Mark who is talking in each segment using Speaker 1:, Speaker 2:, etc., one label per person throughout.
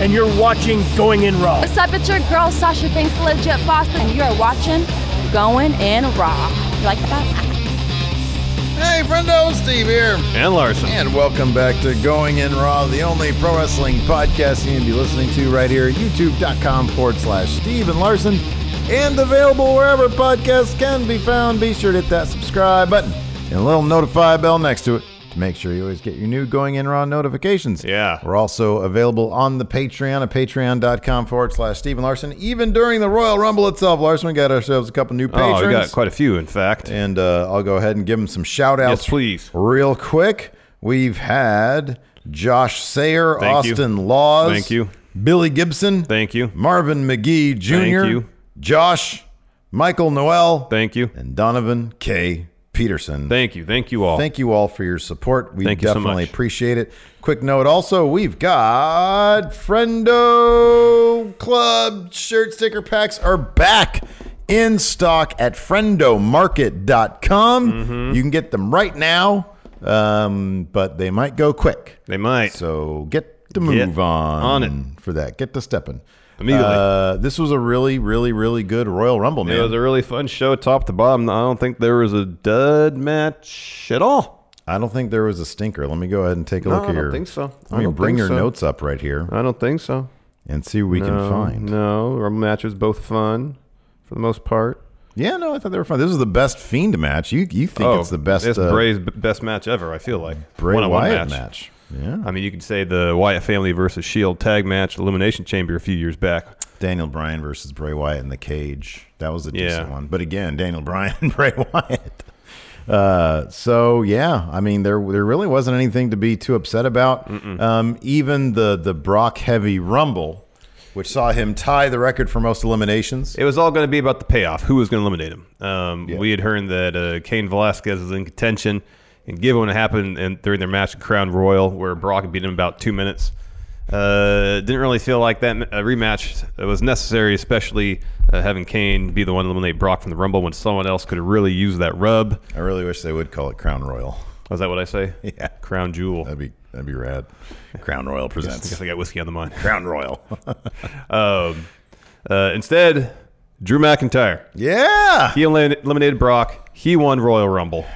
Speaker 1: and you're watching Going In Raw.
Speaker 2: What's up? It's your girl Sasha Banks, the legit boss, and you are watching Going in Raw. You like that?
Speaker 3: Hey, friendo, Steve here.
Speaker 4: And Larson.
Speaker 3: And welcome back to Going In Raw, the only pro wrestling podcast you need to be listening to right here at youtube.com forward slash Steve and Larson. And available wherever podcasts can be found. Be sure to hit that subscribe button and a little notify bell next to it to make sure you always get your new Going In Raw notifications.
Speaker 4: Yeah.
Speaker 3: We're also available on the Patreon at patreon.com forward slash Stephen Larson. Even during the Royal Rumble itself, Larson, we got ourselves a couple new patrons.
Speaker 4: Oh, we got quite a few, in fact.
Speaker 3: And uh, I'll go ahead and give them some shout outs.
Speaker 4: Yes, please.
Speaker 3: Real quick. We've had Josh Sayer,
Speaker 4: Thank you.
Speaker 3: Austin Laws.
Speaker 4: Thank you.
Speaker 3: Billy Gibson.
Speaker 4: Thank you.
Speaker 3: Marvin McGee Jr.
Speaker 4: you.
Speaker 3: Josh, Michael Noel.
Speaker 4: Thank you.
Speaker 3: And Donovan K. Peterson.
Speaker 4: Thank you. Thank you all.
Speaker 3: Thank you all for your support. We
Speaker 4: Thank you so
Speaker 3: definitely
Speaker 4: much.
Speaker 3: appreciate it. Quick note also, we've got Friendo Club shirt sticker packs are back in stock at friendomarket.com.
Speaker 4: Mm-hmm.
Speaker 3: You can get them right now, um, but they might go quick.
Speaker 4: they might.
Speaker 3: So get the move on
Speaker 4: on it.
Speaker 3: for that. Get the stepping.
Speaker 4: Immediately.
Speaker 3: Uh, this was a really, really, really good Royal Rumble, man.
Speaker 4: it was a really fun show, top to bottom. I don't think there was a dud match at all.
Speaker 3: I don't think there was a stinker. Let me go ahead and take a
Speaker 4: No,
Speaker 3: look
Speaker 4: I
Speaker 3: at
Speaker 4: don't
Speaker 3: your.
Speaker 4: think so.
Speaker 3: Let
Speaker 4: I
Speaker 3: me
Speaker 4: don't
Speaker 3: bring
Speaker 4: think
Speaker 3: your
Speaker 4: so.
Speaker 3: notes up right here
Speaker 4: I don't think so.
Speaker 3: and see what we can
Speaker 4: No,
Speaker 3: find.
Speaker 4: No, Rumble matches both fun for the most part.
Speaker 3: Yeah, no, I thought they were fun. This is the best Fiend match. You you think it's the best
Speaker 4: It's
Speaker 3: uh,
Speaker 4: Bray's Oh, b- best match ever. I feel like
Speaker 3: Bray
Speaker 4: One-on-one
Speaker 3: Wyatt match. Yeah,
Speaker 4: I mean, you could say the Wyatt family versus Shield tag match, Elimination Chamber a few years back.
Speaker 3: Daniel Bryan versus Bray Wyatt in the cage. That was a decent
Speaker 4: Yeah.
Speaker 3: one. But again, Daniel Bryan and Bray Wyatt. Uh, so yeah, I mean there there really wasn't anything to be too upset about. Um, even the the Brock heavy Rumble, which saw him tie the record for most eliminations.
Speaker 4: It was all going to be about the payoff. Who was going to eliminate him? Um,
Speaker 3: Yeah.
Speaker 4: We had heard that uh, Kane Velasquez was in contention, and given what happened and during their match at Crown Royal, where Brock beat him in about two minutes, uh, didn't really feel like that uh, rematch was necessary, especially uh, having Kane be the one to eliminate Brock from the Rumble when someone else could have really used that rub.
Speaker 3: I really wish they would call it Crown Royal.
Speaker 4: Was that what I say?
Speaker 3: Yeah.
Speaker 4: Crown Jewel.
Speaker 3: That'd be that'd be rad. Crown Royal
Speaker 4: I guess
Speaker 3: presents
Speaker 4: I got whiskey on the mind.
Speaker 3: Crown Royal.
Speaker 4: Um, uh, instead, Drew McIntyre.
Speaker 3: yeah.
Speaker 4: He elin- eliminated Brock. He won Royal Rumble.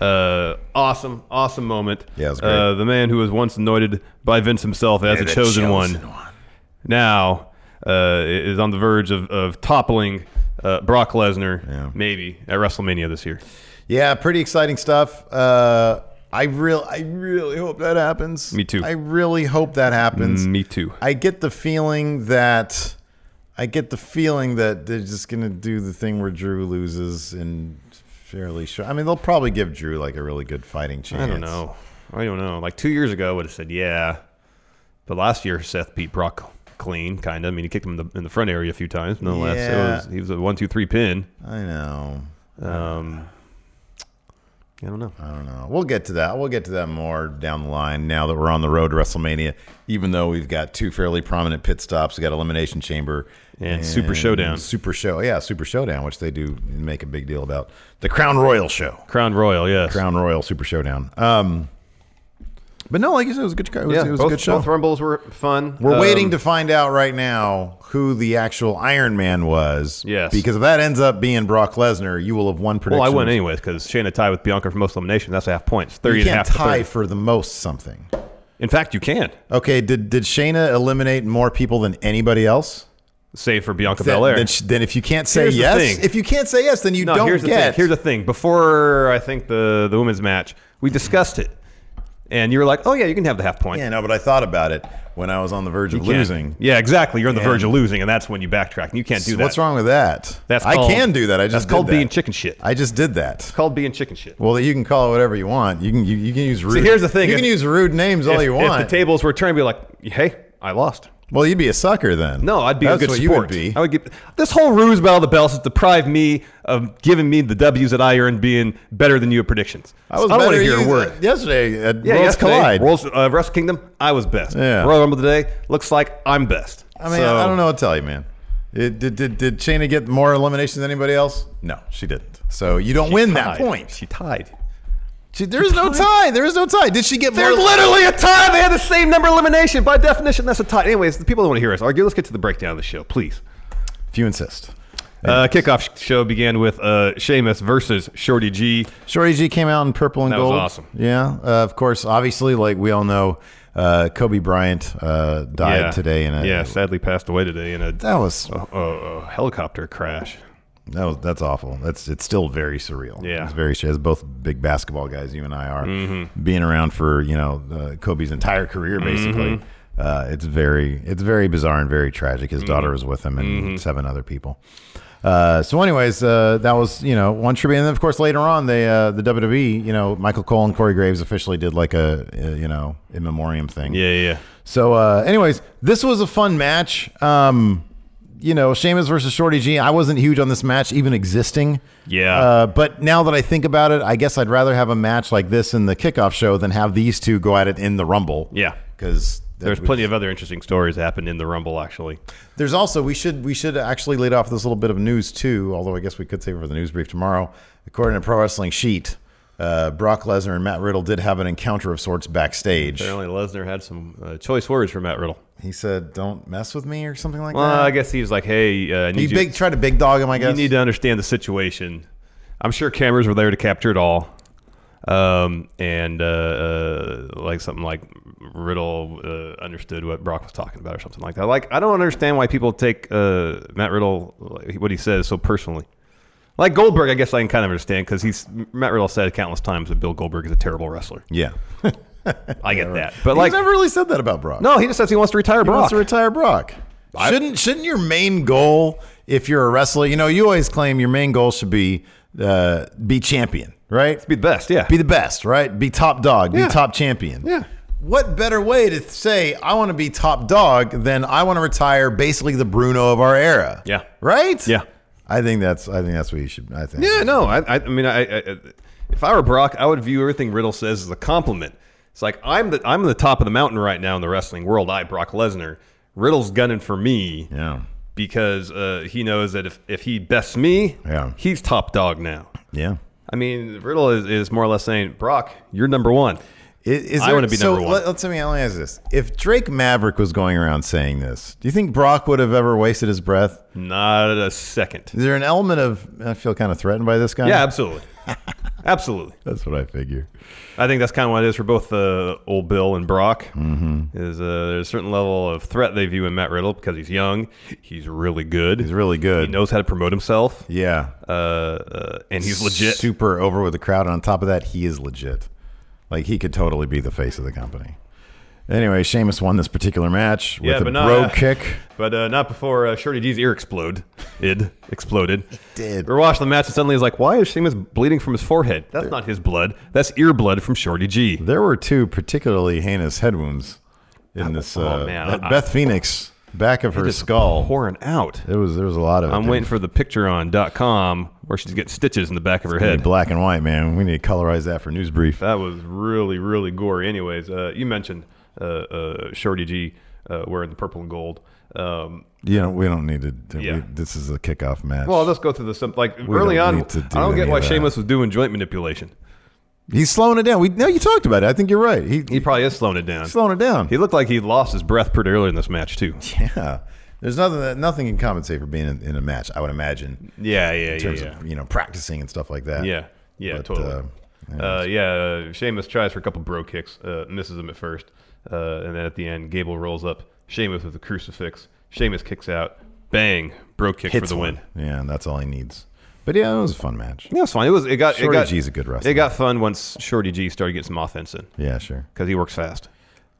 Speaker 4: Uh, awesome, awesome moment.
Speaker 3: Yeah, it was great.
Speaker 4: Uh, the man who was once anointed by Vince himself as the, chosen, one, now uh, is on the verge of, of toppling uh, Brock Lesnar,
Speaker 3: Yeah.
Speaker 4: maybe at WrestleMania this year.
Speaker 3: Yeah, pretty exciting stuff. Uh, I real I really hope that happens.
Speaker 4: Me too. Mm,
Speaker 3: I really hope that happens.
Speaker 4: Me too.
Speaker 3: I get the feeling that I get the feeling that they're just gonna do the thing where Drew loses and fairly sure. I mean, they'll probably give Drew like a really good fighting chance.
Speaker 4: I don't know. I don't know. Like two years ago, I would have said yeah, but last year Seth beat Brock clean, kind of. I mean, he kicked him in the, in the front area a few times. No less. It
Speaker 3: Yeah.
Speaker 4: was, he was a one, two, three pin.
Speaker 3: Um, I know.
Speaker 4: Um, I don't know.
Speaker 3: I don't know. We'll get to that. We'll get to that more down the line now that we're on the road to WrestleMania, even though we've got two fairly prominent pit stops. We've got Elimination Chamber
Speaker 4: And Super Showdown.
Speaker 3: Super Show. Yeah, Super Showdown, which they do make a big deal about. The Crown Royal Show.
Speaker 4: Crown Royal, yes.
Speaker 3: Crown Royal Super Showdown. Um, but no, like you said, it was a good, it was, it was
Speaker 4: both,
Speaker 3: a good show.
Speaker 4: both Rumbles were fun.
Speaker 3: We're
Speaker 4: Um,
Speaker 3: waiting to find out right now who the actual Iron Man was.
Speaker 4: Yes.
Speaker 3: Because if that ends up being Brock Lesnar, you will have won
Speaker 4: Well,
Speaker 3: predictions.
Speaker 4: I win anyways because Shayna tied with Bianca for most eliminations. That's half points. 30
Speaker 3: You
Speaker 4: and a
Speaker 3: can't
Speaker 4: half to
Speaker 3: tie
Speaker 4: 30.
Speaker 3: for the most something.
Speaker 4: In fact, you can,
Speaker 3: Okay, did did Shayna eliminate more people than anybody else?
Speaker 4: save for Bianca
Speaker 3: Then,
Speaker 4: Belair.
Speaker 3: then, sh- then if you can't say
Speaker 4: Here's the
Speaker 3: yes,
Speaker 4: thing.
Speaker 3: if you can't say yes, then you
Speaker 4: no,
Speaker 3: don't
Speaker 4: here's the
Speaker 3: get.
Speaker 4: thing. Here's the thing. Before I think the the women's match, we discussed it, and you were like, "Oh yeah, you can have the half point."
Speaker 3: yeah, no, but I thought about it when I was on the verge of
Speaker 4: You can't.
Speaker 3: losing.
Speaker 4: Yeah, exactly. You're on the
Speaker 3: And-
Speaker 4: verge of losing, and that's when you backtrack. And you can't do
Speaker 3: So
Speaker 4: that.
Speaker 3: What's wrong with that?
Speaker 4: That's
Speaker 3: I
Speaker 4: called-
Speaker 3: can do that. I just
Speaker 4: that's
Speaker 3: did
Speaker 4: called
Speaker 3: that.
Speaker 4: being chicken shit.
Speaker 3: I just did that.
Speaker 4: It's called being chicken shit.
Speaker 3: Well, you can call it whatever you want. You can you, you can use rude.
Speaker 4: here's the thing.
Speaker 3: You can
Speaker 4: If-
Speaker 3: use rude names all
Speaker 4: if,
Speaker 3: you want.
Speaker 4: If the tables were turned, be like, "Hey, I lost."
Speaker 3: well, you'd be a sucker then.
Speaker 4: No, I'd be
Speaker 3: That's
Speaker 4: a good
Speaker 3: what
Speaker 4: sport.
Speaker 3: You would be.
Speaker 4: I would get this whole ruse about all the bells has deprived me of giving me the W's that I earned being better than you at predictions.
Speaker 3: I was
Speaker 4: don't
Speaker 3: better
Speaker 4: want to
Speaker 3: than
Speaker 4: hear a
Speaker 3: you
Speaker 4: word.
Speaker 3: yesterday at
Speaker 4: Yeah,
Speaker 3: Worlds
Speaker 4: yesterday,
Speaker 3: Collide.
Speaker 4: Worlds, uh, Wrestle Kingdom, I was best.
Speaker 3: Yeah.
Speaker 4: Royal Rumble today looks like I'm best.
Speaker 3: I mean,
Speaker 4: So,
Speaker 3: I don't know what to tell you, man. It, did, did did Shayna get more eliminations than anybody else? No, she didn't. So you don't
Speaker 4: she
Speaker 3: win that
Speaker 4: tied.
Speaker 3: point.
Speaker 4: She tied.
Speaker 3: She, there is no tie. There is no tie. Did she get more?
Speaker 4: There's literally a tie. They had the same number elimination. By definition, that's a tie. Anyways, the people that want to hear us argue, let's get to the breakdown of the show, please.
Speaker 3: If you insist.
Speaker 4: Uh, kickoff sh- show began with uh, Sheamus versus Shorty G.
Speaker 3: Shorty G came out in purple and
Speaker 4: That was
Speaker 3: gold.
Speaker 4: awesome.
Speaker 3: Yeah, uh, of course. Obviously, like we all know, uh, Kobe Bryant uh, died today, and
Speaker 4: yeah, sadly passed away today in a
Speaker 3: that was
Speaker 4: a- a- a helicopter crash.
Speaker 3: That was, that's awful. That's it's still very surreal.
Speaker 4: Yeah.
Speaker 3: it's very as both big basketball guys, you and I are being around for you know uh, Kobe's entire career basically. Uh, it's very it's very bizarre and very tragic. His daughter was with him and seven other people. Uh, so, anyways, uh, that was you know one tribute, and then of course later on they uh, the WWE, you know Michael Cole and Corey Graves officially did like a, uh you know in memoriam thing.
Speaker 4: Yeah, yeah, yeah.
Speaker 3: So, uh, anyways, this was a fun match. Um, you know, Sheamus versus Shorty G. I wasn't huge on this match even existing.
Speaker 4: Yeah.
Speaker 3: Uh, but now that I think about it, I guess I'd rather have a match like this in the kickoff show than have these two go at it in the Rumble.
Speaker 4: Yeah.
Speaker 3: Because
Speaker 4: There's plenty of other interesting stories that happened in the Rumble, actually.
Speaker 3: There's also we should we should actually lead off this little bit of news too. Although I guess we could save it for the news brief tomorrow. According to Pro Wrestling Sheet, uh, Brock Lesnar and Matt Riddle did have an encounter of sorts backstage.
Speaker 4: Apparently, Lesnar had some uh, choice words for Matt Riddle.
Speaker 3: He said, "Don't mess with me" or something like
Speaker 4: Well,
Speaker 3: that.
Speaker 4: I guess he was like, "Hey, uh, I need
Speaker 3: He
Speaker 4: you,
Speaker 3: big try to big dog him. I
Speaker 4: you
Speaker 3: guess
Speaker 4: need to understand the situation." I'm sure cameras were there to capture it all, um, and uh, uh, like something like Riddle uh, understood what Brock was talking about, or something like that. Like, I don't understand why people take uh, Matt Riddle like, what he says so personally. Like Goldberg, I guess I can kind of understand because he's Matt Riddle said countless times that Bill Goldberg is a terrible wrestler.
Speaker 3: Yeah,
Speaker 4: I get that, but
Speaker 3: like
Speaker 4: like,
Speaker 3: never really said that about Brock.
Speaker 4: no, he just says he wants to retire
Speaker 3: he
Speaker 4: Brock.
Speaker 3: wants to retire Brock.
Speaker 4: I-
Speaker 3: shouldn't shouldn't your main goal, if you're a wrestler, you know, you always claim your main goal should be uh, be champion, right?
Speaker 4: be the best, yeah.
Speaker 3: Be the best, right? Be top dog,
Speaker 4: Yeah.
Speaker 3: be top champion.
Speaker 4: Yeah.
Speaker 3: What better way to say I want to be top dog than I want to retire basically the Bruno of our era?
Speaker 4: Yeah.
Speaker 3: Right?
Speaker 4: Yeah.
Speaker 3: I think that's I think that's what you should I think.
Speaker 4: Yeah, no, I, I, I mean, I, I, I- if I were Brock, I would view everything Riddle says as a compliment. It's like I'm the I'm the top of the mountain right now in the wrestling world. I, Brock Lesnar, Riddle's gunning for me
Speaker 3: Yeah.
Speaker 4: because uh, he knows that if, if he bests me,
Speaker 3: Yeah.
Speaker 4: he's top dog now.
Speaker 3: Yeah.
Speaker 4: I mean, Riddle is, is more or less saying, Brock, you're number one.
Speaker 3: I- Is
Speaker 4: I
Speaker 3: there-
Speaker 4: wanna be
Speaker 3: so
Speaker 4: number one.
Speaker 3: Let, let's let me, let me ask this: If Drake Maverick was going around saying this, do you think Brock would have ever wasted his breath?
Speaker 4: Hmm. Not a second.
Speaker 3: Is there an element of I feel kind of threatened by this guy?
Speaker 4: Yeah, absolutely, absolutely.
Speaker 3: that's what I figure.
Speaker 4: I think that's kind of what it is for both uh, old Bill and Brock. Mm-hmm. Is uh, there's a certain level of threat they view in Matt Riddle because he's young, he's really good,
Speaker 3: He's really
Speaker 4: he
Speaker 3: good.
Speaker 4: knows how to promote himself,
Speaker 3: yeah,
Speaker 4: uh, uh, and he's legit.
Speaker 3: Super over with the crowd, and on top of that, he is legit. Like he could totally be the face of the company. Anyway, Sheamus won this particular match with
Speaker 4: Yeah,
Speaker 3: a
Speaker 4: but not-
Speaker 3: bro kick.
Speaker 4: But uh, not before uh, Shorty D's ear exploded. It exploded.
Speaker 3: did.
Speaker 4: We're watching the match, and suddenly he's like, "Why is Sheamus bleeding from his forehead? That's not his blood. That's ear blood from Shorty G."
Speaker 3: There were two particularly heinous head wounds in this.
Speaker 4: Oh,
Speaker 3: uh,
Speaker 4: man, I-
Speaker 3: Beth Phoenix back of her
Speaker 4: Just
Speaker 3: skull.
Speaker 4: pouring out.
Speaker 3: There was there was a lot of. it
Speaker 4: I'm
Speaker 3: there.
Speaker 4: waiting for the picture on dot .com where she's getting stitches in the back of her
Speaker 3: We need
Speaker 4: head.
Speaker 3: black and white, man. We need to colorize that for news brief.
Speaker 4: That was really, really gory. Anyways, uh, you mentioned uh, uh, Shorty G uh, wearing the purple and gold. Um,
Speaker 3: You know, we don't need to. do-
Speaker 4: Yeah.
Speaker 3: we- this is a kickoff match.
Speaker 4: well, let's go through the some like
Speaker 3: We
Speaker 4: early
Speaker 3: don't
Speaker 4: on.
Speaker 3: need to do
Speaker 4: I don't get
Speaker 3: any
Speaker 4: why
Speaker 3: of that.
Speaker 4: Sheamus was doing joint manipulation.
Speaker 3: he's slowing it down. We no, you talked about it. I think you're right. He,
Speaker 4: He probably is slowing it down.
Speaker 3: he's slowing it down.
Speaker 4: He looked like he lost his breath pretty early in this match too.
Speaker 3: yeah, there's nothing that nothing can compensate for being in, in a match. I would imagine
Speaker 4: Yeah, yeah,
Speaker 3: in terms of you know practicing and stuff like that.
Speaker 4: Yeah, yeah,
Speaker 3: But,
Speaker 4: totally.
Speaker 3: uh,
Speaker 4: Uh, yeah, uh, Sheamus tries for a couple bro kicks, uh, misses him at first, uh, and then at the end, Gable rolls up Sheamus with a crucifix. Sheamus kicks out, bang, bro kick for the win.
Speaker 3: Yeah, and that's all he needs. But yeah, it was a fun match.
Speaker 4: Yeah, it was fine. It was. It got.
Speaker 3: Shorty
Speaker 4: it got,
Speaker 3: G's a good wrestler.
Speaker 4: It got fun once Shorty G started getting some offense in
Speaker 3: Yeah, sure.
Speaker 4: because he works fast.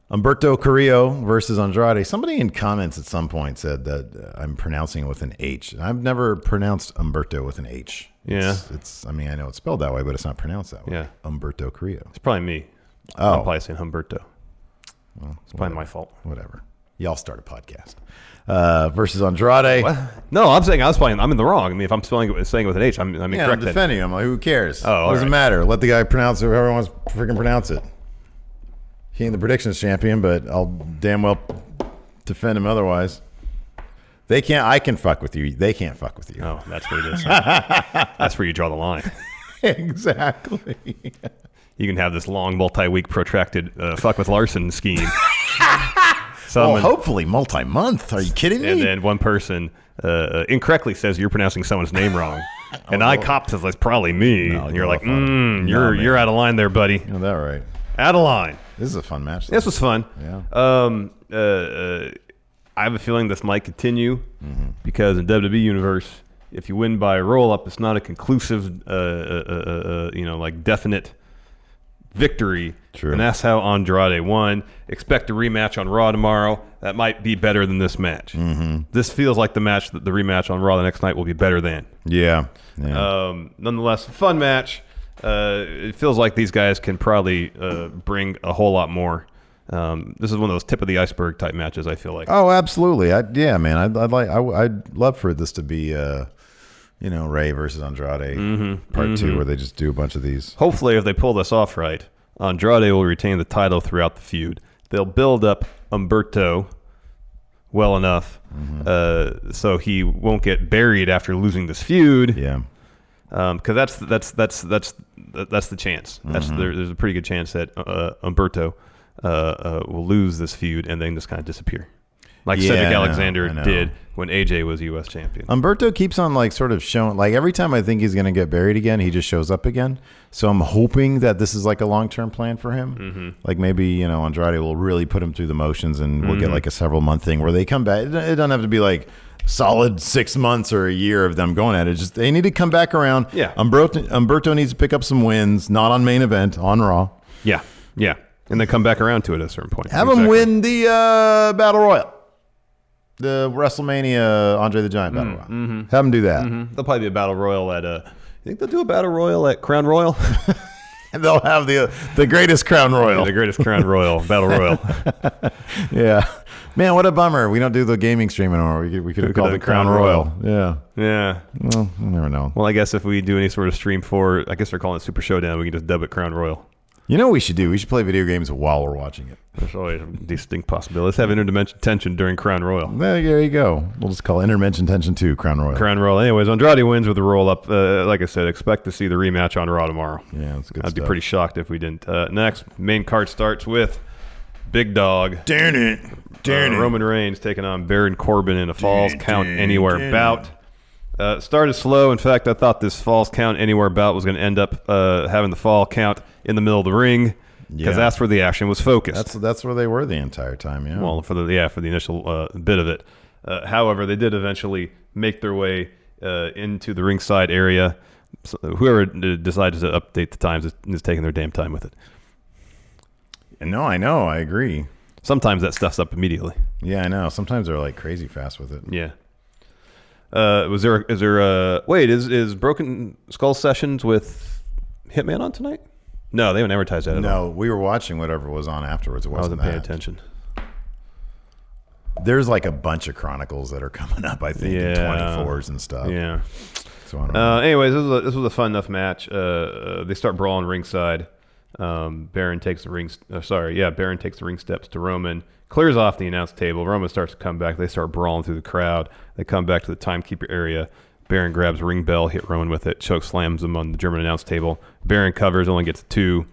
Speaker 3: Umberto Carrillo versus Andrade. Somebody in comments at some point said that uh, I'm pronouncing it with an H. And I've never pronounced Umberto with an H. It's, it's I mean, I know it's spelled that way, but it's not pronounced that way.
Speaker 4: Yeah.
Speaker 3: Umberto Carrillo.
Speaker 4: It's probably me.
Speaker 3: Oh.
Speaker 4: I'm probably saying Humberto. it's probably my fault.
Speaker 3: Whatever. Y'all start a podcast. Uh, versus Andrade.
Speaker 4: No, I'm saying I was probably I'm in the wrong. I mean, if I'm spelling it, saying it with an H, I'm, I'm
Speaker 3: Yeah, I'm
Speaker 4: incorrect. then.
Speaker 3: defending him. Like, who cares?
Speaker 4: Oh, all
Speaker 3: doesn't
Speaker 4: right.
Speaker 3: matter. Let the guy pronounce it however he wants to freaking pronounce it. He ain't the predictions champion, but I'll damn well defend him otherwise. They can't. I can fuck with you. They can't fuck with you.
Speaker 4: Oh, that's where it is. that's where you draw the line.
Speaker 3: exactly.
Speaker 4: You can have this long, multi-week, protracted uh, fuck with Larson scheme.
Speaker 3: Well,
Speaker 4: Someone,
Speaker 3: Oh, hopefully multi-month. Are you kidding me?
Speaker 4: and then one person uh, uh, incorrectly says you're pronouncing someone's name wrong, and I copped to that's probably me.
Speaker 3: Oh, No,
Speaker 4: and
Speaker 3: you're
Speaker 4: you're like,
Speaker 3: off on-
Speaker 4: mm,
Speaker 3: No,
Speaker 4: you're
Speaker 3: man.
Speaker 4: you're out of line there, buddy.
Speaker 3: you know that right?
Speaker 4: Out of line.
Speaker 3: This is a fun match.
Speaker 4: This was fun.
Speaker 3: Yeah.
Speaker 4: Um, uh, uh, I have a feeling this might continue
Speaker 3: Mm-hmm.
Speaker 4: because in WWE universe, if you win by a roll up, it's not a conclusive, uh, uh, uh, uh, you know, like definite victory.
Speaker 3: True.
Speaker 4: And that's how Andrade won. Expect a rematch on Raw tomorrow. That might be better than this match. Mm-hmm. This feels like the match that the rematch on Raw the next night will be better than.
Speaker 3: yeah.
Speaker 4: Uh,
Speaker 3: yeah.
Speaker 4: Um, nonetheless, fun match. Uh, it feels like these guys can probably uh, bring a whole lot more. Um, this is one of those tip of the iceberg type matches. I feel like.
Speaker 3: Oh, absolutely. I, yeah, man. I'd, I'd like. I, would- I'd love for this to be, uh, you know, Ray versus Andrade
Speaker 4: Mm-hmm.
Speaker 3: part two, where they just do a bunch of these.
Speaker 4: Hopefully, if they pull this off right, Andrade will retain the title throughout the feud. They'll build up Umberto well enough uh, so he won't get buried after losing this feud.
Speaker 3: Yeah.
Speaker 4: because Um, that's that's that's that's that's the chance. That's
Speaker 3: Mm-hmm.
Speaker 4: there, there's a pretty good chance that uh, Umberto uh, uh, will lose this feud and then just kind of disappear, like
Speaker 3: Yeah, I
Speaker 4: Cedric
Speaker 3: know,
Speaker 4: Alexander
Speaker 3: I know. Um,
Speaker 4: did when AJ was U.S. champion.
Speaker 3: Umberto keeps on like sort of showing like every time I think he's gonna get buried again, he just shows up again. So I'm hoping that this is like a long term plan for him.
Speaker 4: Mm-hmm.
Speaker 3: Like maybe you know Andrade will really put him through the motions, and we'll
Speaker 4: Mm-hmm.
Speaker 3: get like a several month thing where they come back. It it doesn't have to be like solid six months or a year of them going at it. Just they need to come back around.
Speaker 4: Yeah.
Speaker 3: Umberto, Umberto needs to pick up some wins, not on main event on Raw.
Speaker 4: yeah, yeah, and then come back around to it at a certain point.
Speaker 3: Have him
Speaker 4: Exactly.
Speaker 3: win the uh, battle royal, the WrestleMania Andre the Giant
Speaker 4: Mm,
Speaker 3: battle royal.
Speaker 4: mm-hmm.
Speaker 3: Have him do that.
Speaker 4: There'll probably be a battle royal at uh, you think they'll do a battle royal at Crown Royal,
Speaker 3: And they'll have the the greatest crown royal.
Speaker 4: the greatest Crown Royal battle royal.
Speaker 3: Yeah, man, what a bummer. We don't do the gaming stream anymore. We could, we could have
Speaker 4: could
Speaker 3: called
Speaker 4: have
Speaker 3: it crown,
Speaker 4: Crown
Speaker 3: royal. Yeah,
Speaker 4: yeah.
Speaker 3: well, you never know.
Speaker 4: Well, I guess if we do any sort of stream for, I guess they're calling it Super Showdown. We can just dub it Crown Royal.
Speaker 3: You know what we should do? We should play video games while we're watching it.
Speaker 4: There's always a distinct possibility. Let's have interdimension tension during Crown Royal.
Speaker 3: There, there you go. We'll just call intervention tension two crown royal.
Speaker 4: Crown roll. Anyways, Andrade wins with a roll up. Uh, like I said, expect to see the rematch on Raw tomorrow.
Speaker 3: Yeah, that's good
Speaker 4: I'd be
Speaker 3: stuff.
Speaker 4: pretty shocked if we didn't. Uh, next main card starts with Big Dog
Speaker 3: Darn it! Darn
Speaker 4: uh,
Speaker 3: it!
Speaker 4: Roman Reigns taking on Baron Corbin in a Falls Count Anywhere bout. Uh, started slow. In fact, I thought this Falls Count Anywhere bout was going to end up uh, having the fall count in the middle of the ring because
Speaker 3: Yeah.
Speaker 4: that's where the action was focused.
Speaker 3: That's that's where they were the entire time. Yeah.
Speaker 4: Well, for the yeah, for the initial uh, bit of it. Uh, however, they did eventually make their way uh, into the ringside area. So whoever d- decides to update the times is, is taking their damn time with it.
Speaker 3: no, I know. I agree.
Speaker 4: Sometimes that stuff's up immediately.
Speaker 3: Yeah, I know. Sometimes they're like crazy fast with it.
Speaker 4: Yeah. Uh, was there is there uh wait is is Broken Skull Sessions with Hitman on tonight? No, they haven't advertised that at all.
Speaker 3: No, we were watching whatever was on afterwards. It
Speaker 4: I
Speaker 3: wasn't
Speaker 4: wasn't paying
Speaker 3: that.
Speaker 4: Oh, attention.
Speaker 3: There's like a bunch of chronicles that are coming up. I think in
Speaker 4: Yeah.
Speaker 3: Oh. 24s and stuff.
Speaker 4: Yeah.
Speaker 3: So I don't know.
Speaker 4: Uh, anyways, this was, a, this was a fun enough match. Uh, uh, they start brawling ringside. Um, Baron takes the ring. Uh, sorry, yeah, Baron takes the ring steps to Roman, clears off the announce table. Roman starts to come back. They start brawling through the crowd. They come back to the timekeeper area. Baron grabs ring bell, hit Roman with it, choke slams him on the German announce table. Baron covers, only gets two.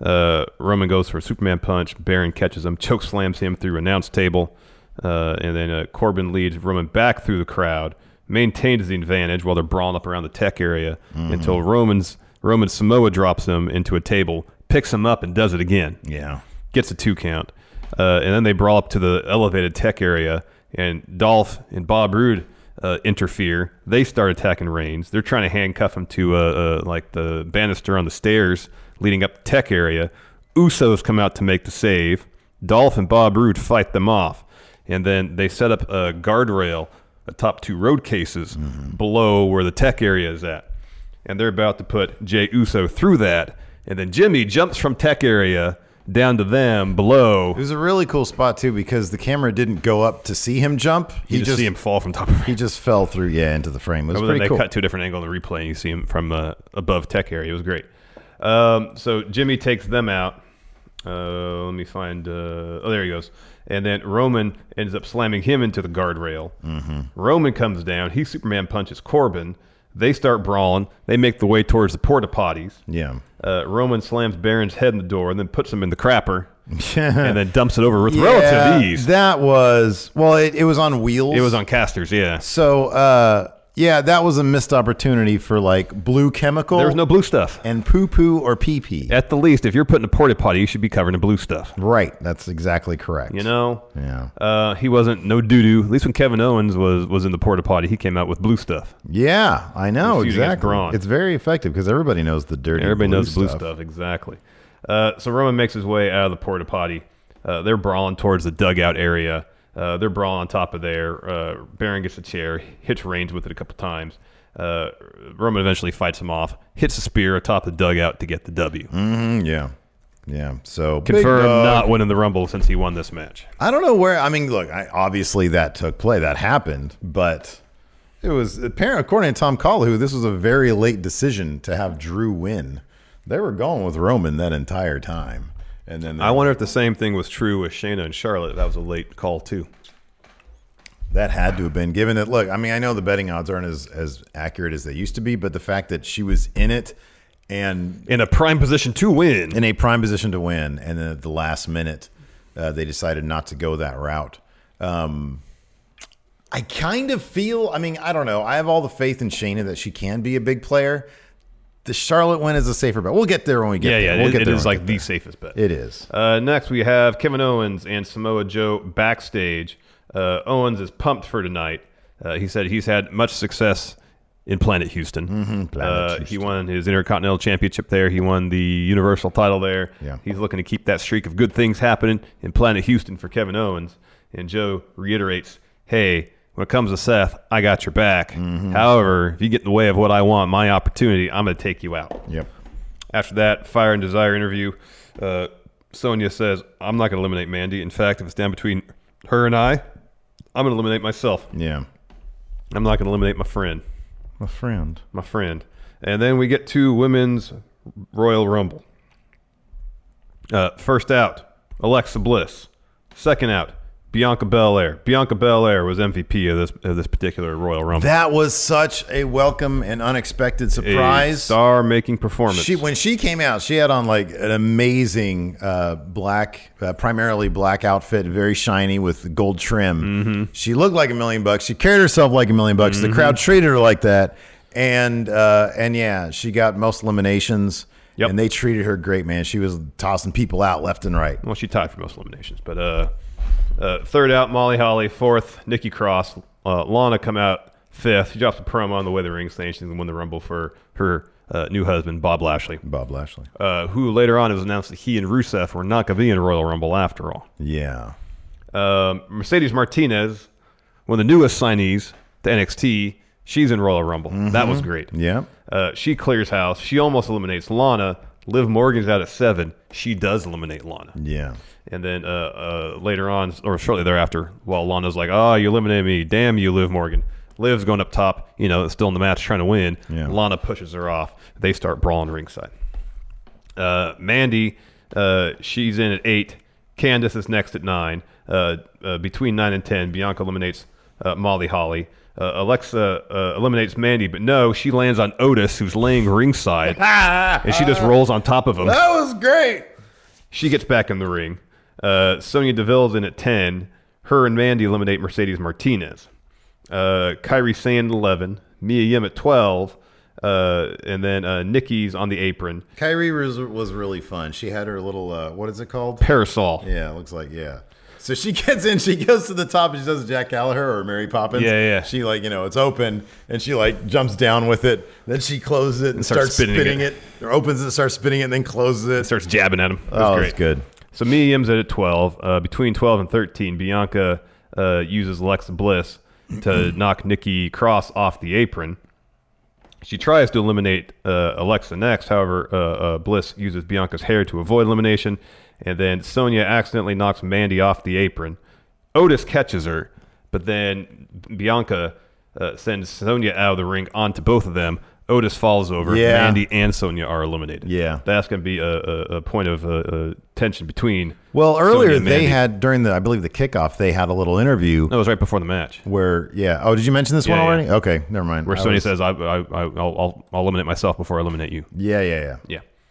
Speaker 4: Uh, Roman goes for a Superman punch. Baron catches him, choke slams him through announce table, uh, and then uh, Corbin leads Roman back through the crowd, maintains the advantage while they're brawling up around the tech area until Roman's Roman Samoa drops him into a table, picks him up, and does it again
Speaker 3: yeah.
Speaker 4: gets a two count. Uh, and then they brawl up to the elevated tech area, and Dolph and Bob Roode uh, interfere. They start attacking Reigns. They're trying to handcuff him to uh, uh, like the banister on the stairs leading up the tech area. Usos come out to make the save. Dolph and Bob Roode fight them off, and then they set up a guardrail atop two road cases below where the tech area is at and they're about to put Jay Uso through that. And then Jimmy jumps from tech area down to them below.
Speaker 3: It was a really cool spot too because the camera didn't go up to see him jump. He
Speaker 4: You just,
Speaker 3: just
Speaker 4: see him fall from top of
Speaker 3: he just fell through yeah into the frame. It was
Speaker 4: But then
Speaker 3: pretty
Speaker 4: they
Speaker 3: cool.
Speaker 4: cut to a different angle in the replay, and you see him from uh, above tech area. It was great. Um, so Jimmy takes them out. Uh, let me find. Uh, oh, there he goes. And then Roman ends up slamming him into the guardrail.
Speaker 3: Mm-hmm.
Speaker 4: Roman comes down. He Superman punches Corbin. They start brawling. They make the way towards the porta potties.
Speaker 3: Yeah.
Speaker 4: Uh, Roman slams Baron's head in the door and then puts him in the crapper and then dumps it over with relative ease.
Speaker 3: That was well. It, it was on wheels.
Speaker 4: it was on casters, yeah.
Speaker 3: So uh, yeah, that was a missed opportunity for like blue chemical.
Speaker 4: There was no blue stuff.
Speaker 3: and poo poo or pee pee.
Speaker 4: At the least, if you're putting a porta potty, you should be covered in blue stuff.
Speaker 3: Right. That's exactly correct.
Speaker 4: You know?
Speaker 3: Yeah.
Speaker 4: Uh, he wasn't no doo doo. At least when Kevin Owens was, was in the porta potty, he came out with blue stuff.
Speaker 3: Yeah, I know
Speaker 4: He's feuding against
Speaker 3: exactly.
Speaker 4: Braun.
Speaker 3: It's very effective because everybody knows the dirty.
Speaker 4: Everybody
Speaker 3: blue
Speaker 4: knows blue
Speaker 3: stuff.
Speaker 4: stuff, exactly. Uh, so Roman makes his way out of the porta potty. Uh, they're brawling towards the dugout area. Uh, they're brawling on top of there. Uh, Baron gets a chair, hits Reigns with it a couple times. Uh, Roman eventually fights him off, hits a spear atop the dugout to get the W.
Speaker 3: Mm, yeah, yeah. So big
Speaker 4: Confirmed
Speaker 3: dog.
Speaker 4: not winning the Rumble since he won this match.
Speaker 3: I don't know where. I mean, look. I, obviously, that took play. That happened, but it was apparent, according to Tom Collihu, this was a very late decision to have Drew win. They were going with Roman that entire time, and then
Speaker 4: I wonder if the same thing was true with Shayna and Charlotte. That was a late call, too.
Speaker 3: That had to have been given that look. I mean, I know the betting odds aren't as as accurate as they used to be, but the fact that she was in it and
Speaker 4: In a prime position to win.
Speaker 3: in a prime position to win, and then at the last minute uh, they decided not to go that route. Um, I kind of feel. I mean, I don't know. I have all the faith in Shayna that she can be a big player. The Charlotte win is a safer bet. We'll get there when we get
Speaker 4: yeah,
Speaker 3: there.
Speaker 4: yeah.
Speaker 3: We'll
Speaker 4: it-
Speaker 3: get
Speaker 4: it
Speaker 3: there
Speaker 4: is
Speaker 3: when we
Speaker 4: like
Speaker 3: get
Speaker 4: the safest bet.
Speaker 3: there. It is.
Speaker 4: Uh, next, we have Kevin Owens and Samoa Joe backstage. Uh, Owens is pumped for tonight. Uh, he said he's had much success in Planet Houston. uh, He won his Intercontinental Championship there. He won the Universal title there.
Speaker 3: Yeah.
Speaker 4: He's looking to keep that streak of good things happening in Planet Houston for Kevin Owens. And Joe reiterates, hey, when it comes to Seth, I got your back. However, if you get in the way of what I want, my opportunity, I'm going to take you out.
Speaker 3: Yep.
Speaker 4: After that, Fire and Desire interview, uh, Sonia says, I'm not going to eliminate Mandy. In fact, if it's down between her and I, I'm going to eliminate myself.
Speaker 3: Yeah.
Speaker 4: I'm not going to eliminate my friend.
Speaker 3: My friend.
Speaker 4: My friend. And then we get to Women's Royal Rumble. Uh, first out, Alexa Bliss. Second out, Bianca Belair. Bianca Belair was MVP of this of this particular Royal Rumble.
Speaker 3: That was such a welcome and unexpected
Speaker 4: A
Speaker 3: surprise.
Speaker 4: star-making performance.
Speaker 3: She when she came out, she had on like an amazing uh, black, uh, primarily black outfit, very shiny with gold trim. She looked like a million bucks. She carried herself like a million bucks. The crowd treated her like that, and uh, and yeah, she got most eliminations.
Speaker 4: Yep.
Speaker 3: And they treated her great, man. She was tossing people out left and right.
Speaker 4: Well, she tied for most eliminations, but uh, uh, third out Molly Holly, fourth Nikki Cross, uh, Lana come out fifth. She drops a promo on the way to the ring, saying she's going to win the Rumble for her uh, new husband Bob Lashley,
Speaker 3: Bob Lashley.
Speaker 4: uh, who later on it was announced that he and Rusev were not going to be in Royal Rumble after all.
Speaker 3: Yeah.
Speaker 4: Um, Mercedes Martinez, one of the newest signees to NXT, she's in Royal Rumble. That was great.
Speaker 3: Yeah.
Speaker 4: Uh, she clears house. She almost eliminates Lana. Liv Morgan's out at seven. She does eliminate Lana.
Speaker 3: Yeah.
Speaker 4: And then "Ah, uh, uh, later on, or shortly thereafter, while Lana's like, "Oh, you eliminated me! Damn you, Liv Morgan!" Liv's going up top, you know, still in the match trying to win.
Speaker 3: Yeah.
Speaker 4: Lana pushes her off. They start brawling ringside. Uh, Mandy, uh, she's in at eight. Candace is next at nine. Uh, uh, between nine and ten, Bianca eliminates uh, Molly Holly. Uh, Alexa uh, eliminates Mandy, but no, she lands on Otis, who's laying ringside, and she just rolls on top of him.
Speaker 3: That was great.
Speaker 4: She gets back in the ring. Uh, Sonia Deville's in at 10. Her and Mandy eliminate Mercedes Martinez. Uh, Kyrie Sand, 11. Mia Yim at 12. Uh, and then uh, Nikki's on the apron.
Speaker 3: Kyrie was, was really fun. She had her little uh, what is it called?
Speaker 4: Parasol.
Speaker 3: Yeah, it looks like yeah. So she gets in, she goes to the top, and she does Jack Gallagher or Mary Poppins.
Speaker 4: Yeah, yeah.
Speaker 3: She like you know it's open, and she like jumps down with it. Then she closes it and, starts, spinning, it. or opens it, starts spinning it, and then closes it.
Speaker 4: Starts jabbing at him. That's
Speaker 3: oh,
Speaker 4: great.
Speaker 3: it's good.
Speaker 4: So Mia Yim's at 12. Uh, between 12 and 13, Bianca uh, uses Alexa Bliss to knock Nikki Cross off the apron. She tries to eliminate uh, Alexa next. However, uh, uh, Bliss uses Bianca's hair to avoid elimination. And then Sonya accidentally knocks Mandy off the apron. Otis catches her, but then Bianca uh, sends Sonya out of the ring onto both of them. Otis falls over.
Speaker 3: Yeah.
Speaker 4: Mandy and Sonya are eliminated.
Speaker 3: Yeah.
Speaker 4: That's going to be a, a, a point of uh, uh, tension between.
Speaker 3: Well,
Speaker 4: Sonya
Speaker 3: earlier
Speaker 4: and
Speaker 3: they
Speaker 4: Mandy.
Speaker 3: had during the I believe the kickoff they had a little interview
Speaker 4: No, it was right before the match.
Speaker 3: where yeah. Oh, did you mention this
Speaker 4: Oh.
Speaker 3: one
Speaker 4: Yeah, yeah.
Speaker 3: already? Okay, never mind.
Speaker 4: Where
Speaker 3: I
Speaker 4: Sonya
Speaker 3: was-
Speaker 4: says, I, I, I, I'll, I'll, I'll eliminate myself before I eliminate you.
Speaker 3: yeah, yeah, yeah.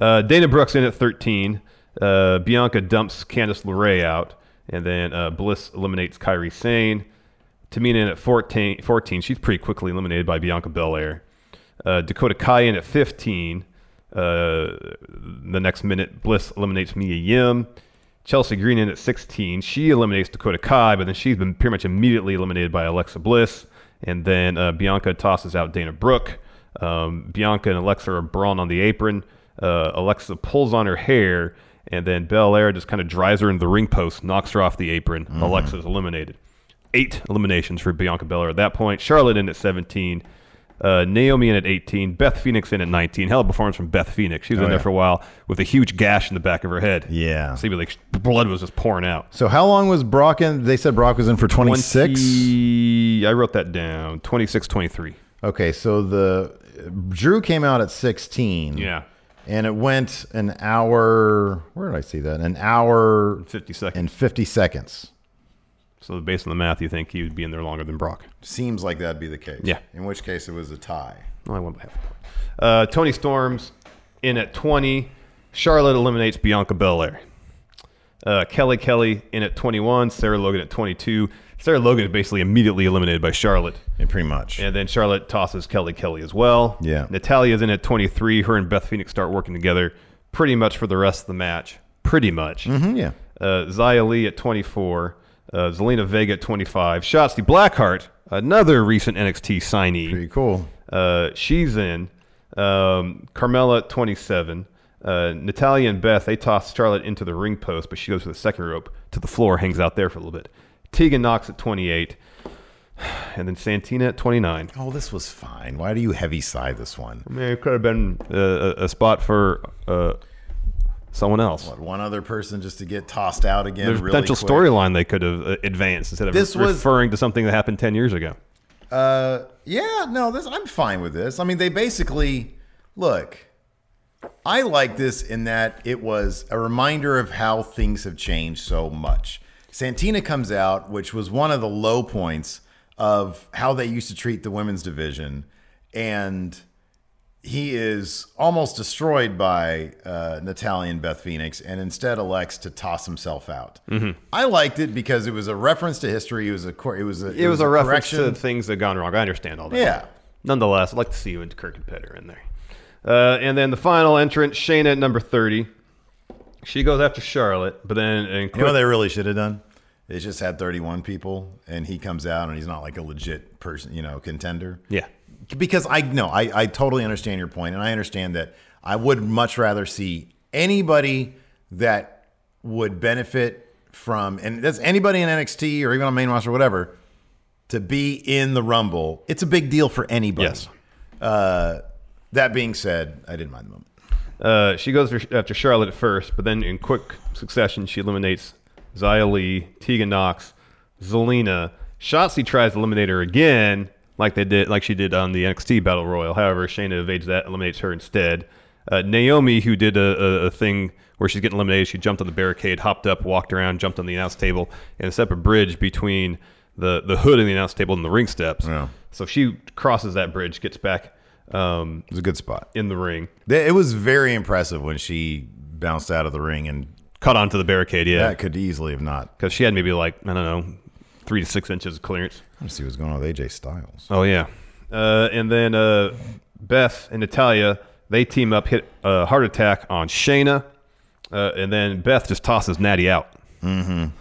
Speaker 4: Uh, Dana Brooks in at 13. Uh, Bianca dumps Candice LeRae out. And then uh, Bliss eliminates Kyrie Sane. Tamina in at 14, 14. She's pretty quickly eliminated by Bianca Belair. Uh, Dakota Kai in at 15. Uh, the next minute, Bliss eliminates Mia Yim. Chelsea Green in at 16. She eliminates Dakota Kai, but then she's been pretty much immediately eliminated by Alexa Bliss. And then uh, Bianca tosses out Dana Brooke. Um, Bianca and Alexa are brawn on the apron. Uh, Alexa pulls on her hair, and then Belair just kind of drives her into the ring post, knocks her off the apron. Alexa's eliminated eight eliminations for Bianca Belair at that point. Charlotte in at 17. Uh, Naomi in at 18. Beth Phoenix in at 19. Hell, performance from Beth Phoenix. She was in
Speaker 3: Oh,
Speaker 4: there
Speaker 3: yeah.
Speaker 4: for a while with a huge gash in the back of her head.
Speaker 3: Yeah.
Speaker 4: So you like sh- blood was just pouring out.
Speaker 3: So how long was Brock in? They said Brock was in for 26.
Speaker 4: 20 I wrote that down. 26, 23.
Speaker 3: Okay, so the Drew came out at 16.
Speaker 4: Yeah.
Speaker 3: And it went an hour, where did I see that? An hour
Speaker 4: 50 seconds.
Speaker 3: and 50 seconds.
Speaker 4: So based on the math, you think he would be in there longer than Brock?
Speaker 3: Seems like that'd be the case.
Speaker 4: Yeah.
Speaker 3: In which case it was a tie.
Speaker 4: Well, I went by half a point. Uh, Tony Storm's in at 20. Charlotte eliminates Bianca Belair. Uh, Kelly Kelly in at 21. Sarah Logan at 22. Sarah Logan is basically immediately eliminated by Charlotte.
Speaker 3: Yeah, pretty much.
Speaker 4: And then Charlotte tosses Kelly Kelly as well.
Speaker 3: Yeah.
Speaker 4: Natalia's in at 23. Her and Beth Phoenix start working together pretty much for the rest of the match. Pretty much.
Speaker 3: Mhm, yeah.
Speaker 4: Uh, Zia Lee at 24. Uh, Zelina Vega at 25. Shotzi Blackheart, another recent NXT signee.
Speaker 3: Pretty cool.
Speaker 4: Uh, she's in. Um, Carmella at 27. Uh, Natalia and Beth, they toss Charlotte into the ring post, but she goes to the second rope to the floor, hangs out there for a little bit. Tegan Knox at 28. And then Santina at 29.
Speaker 3: Oh, this was fine. Why do you heavy sigh this one?
Speaker 4: I mean, it could have been uh, a, a spot for uh, someone else.
Speaker 3: But one other person just to get tossed out again.
Speaker 4: There's a
Speaker 3: really
Speaker 4: potential
Speaker 3: quick.
Speaker 4: storyline they could have uh, advanced instead of
Speaker 3: This was-
Speaker 4: referring to something that happened 10 years ago.
Speaker 3: Uh, yeah, no, this I'm fine with this. I mean, they basically look. I like this in that it was a reminder of how things have changed so much. Santina comes out, which was one of the low points of how they used to treat the women's division, and he is almost destroyed by uh, Natalia and Beth Phoenix, and instead elects to toss himself out.
Speaker 4: Mm-hmm.
Speaker 3: I liked it because it was a reference to history. It was a cor- it was a
Speaker 4: It, was, a, reference
Speaker 3: correction.
Speaker 4: to things that gone wrong. I understand all that.
Speaker 3: Yeah.
Speaker 4: Nonetheless, I'd like to see you and Kirk and Petter in there. Uh, and then the final entrant, Shayna at number 30. She goes after Charlotte, but then and
Speaker 3: You know what they really should have done? They just had 31 people, and he comes out, and he's not like a legit person, you know, contender.
Speaker 4: yeah.
Speaker 3: Because I no, I, I totally understand your point, and I understand that I would much rather see anybody that would benefit from, and that's anybody in NXT or even on main roster, whatever, to be in the Rumble. It's a big deal for anybody.
Speaker 4: Yes.
Speaker 3: Uh, that being said, I didn't mind the moment.
Speaker 4: Uh, she goes for- after Charlotte at first, but then in quick succession, she eliminates Zia Lee, Tegan Knox, Zelina. Shotzi tries to eliminate her again, like they did, like she did on the NXT Battle Royal. However, Shayna evades that, eliminates her instead. Uh, Naomi, who did a, a, a thing where she's getting eliminated, she jumped on the barricade, hopped up, walked around, jumped on the announce table, and set up a bridge between the, the hood and the announce table and the ring steps.
Speaker 3: Yeah.
Speaker 4: So she crosses that bridge, gets back um,
Speaker 3: It was a good spot.
Speaker 4: in the ring.
Speaker 3: They- It was very impressive when she bounced out of the ring and
Speaker 4: Caught onto the barricade, yeah.
Speaker 3: That could easily have not.
Speaker 4: because she had maybe like I don't know, three to six inches of clearance.
Speaker 3: I want to see what's going on with AJ Styles.
Speaker 4: Oh yeah, uh, and then uh, Beth and Natalia they team up, hit a heart attack on Shayna, uh, and then Beth just tosses Natty out.
Speaker 3: Yeah.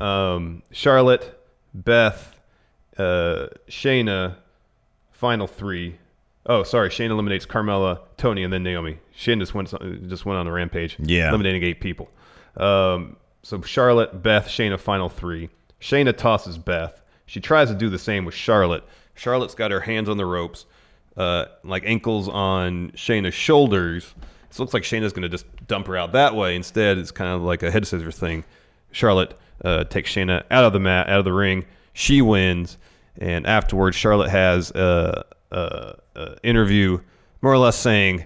Speaker 4: Um, Charlotte, Beth, uh, Shayna, final three. Oh, sorry. Shayna eliminates Carmella, Tony, and then Naomi. Shayna just went just went on a rampage.
Speaker 3: Yeah.
Speaker 4: eliminating eight people. Um, so Charlotte, Beth, Shayna, final three. Shayna tosses Beth. She tries to do the same with Charlotte. Charlotte's got her hands on the ropes, uh, like ankles on Shayna's shoulders. So it looks like Shayna's going to just dump her out that way. Instead, it's kind of like a head scissors thing. Charlotte uh, takes Shayna out of the mat, out of the ring. She wins, and afterwards, Charlotte has a, a, a interview, more or less saying,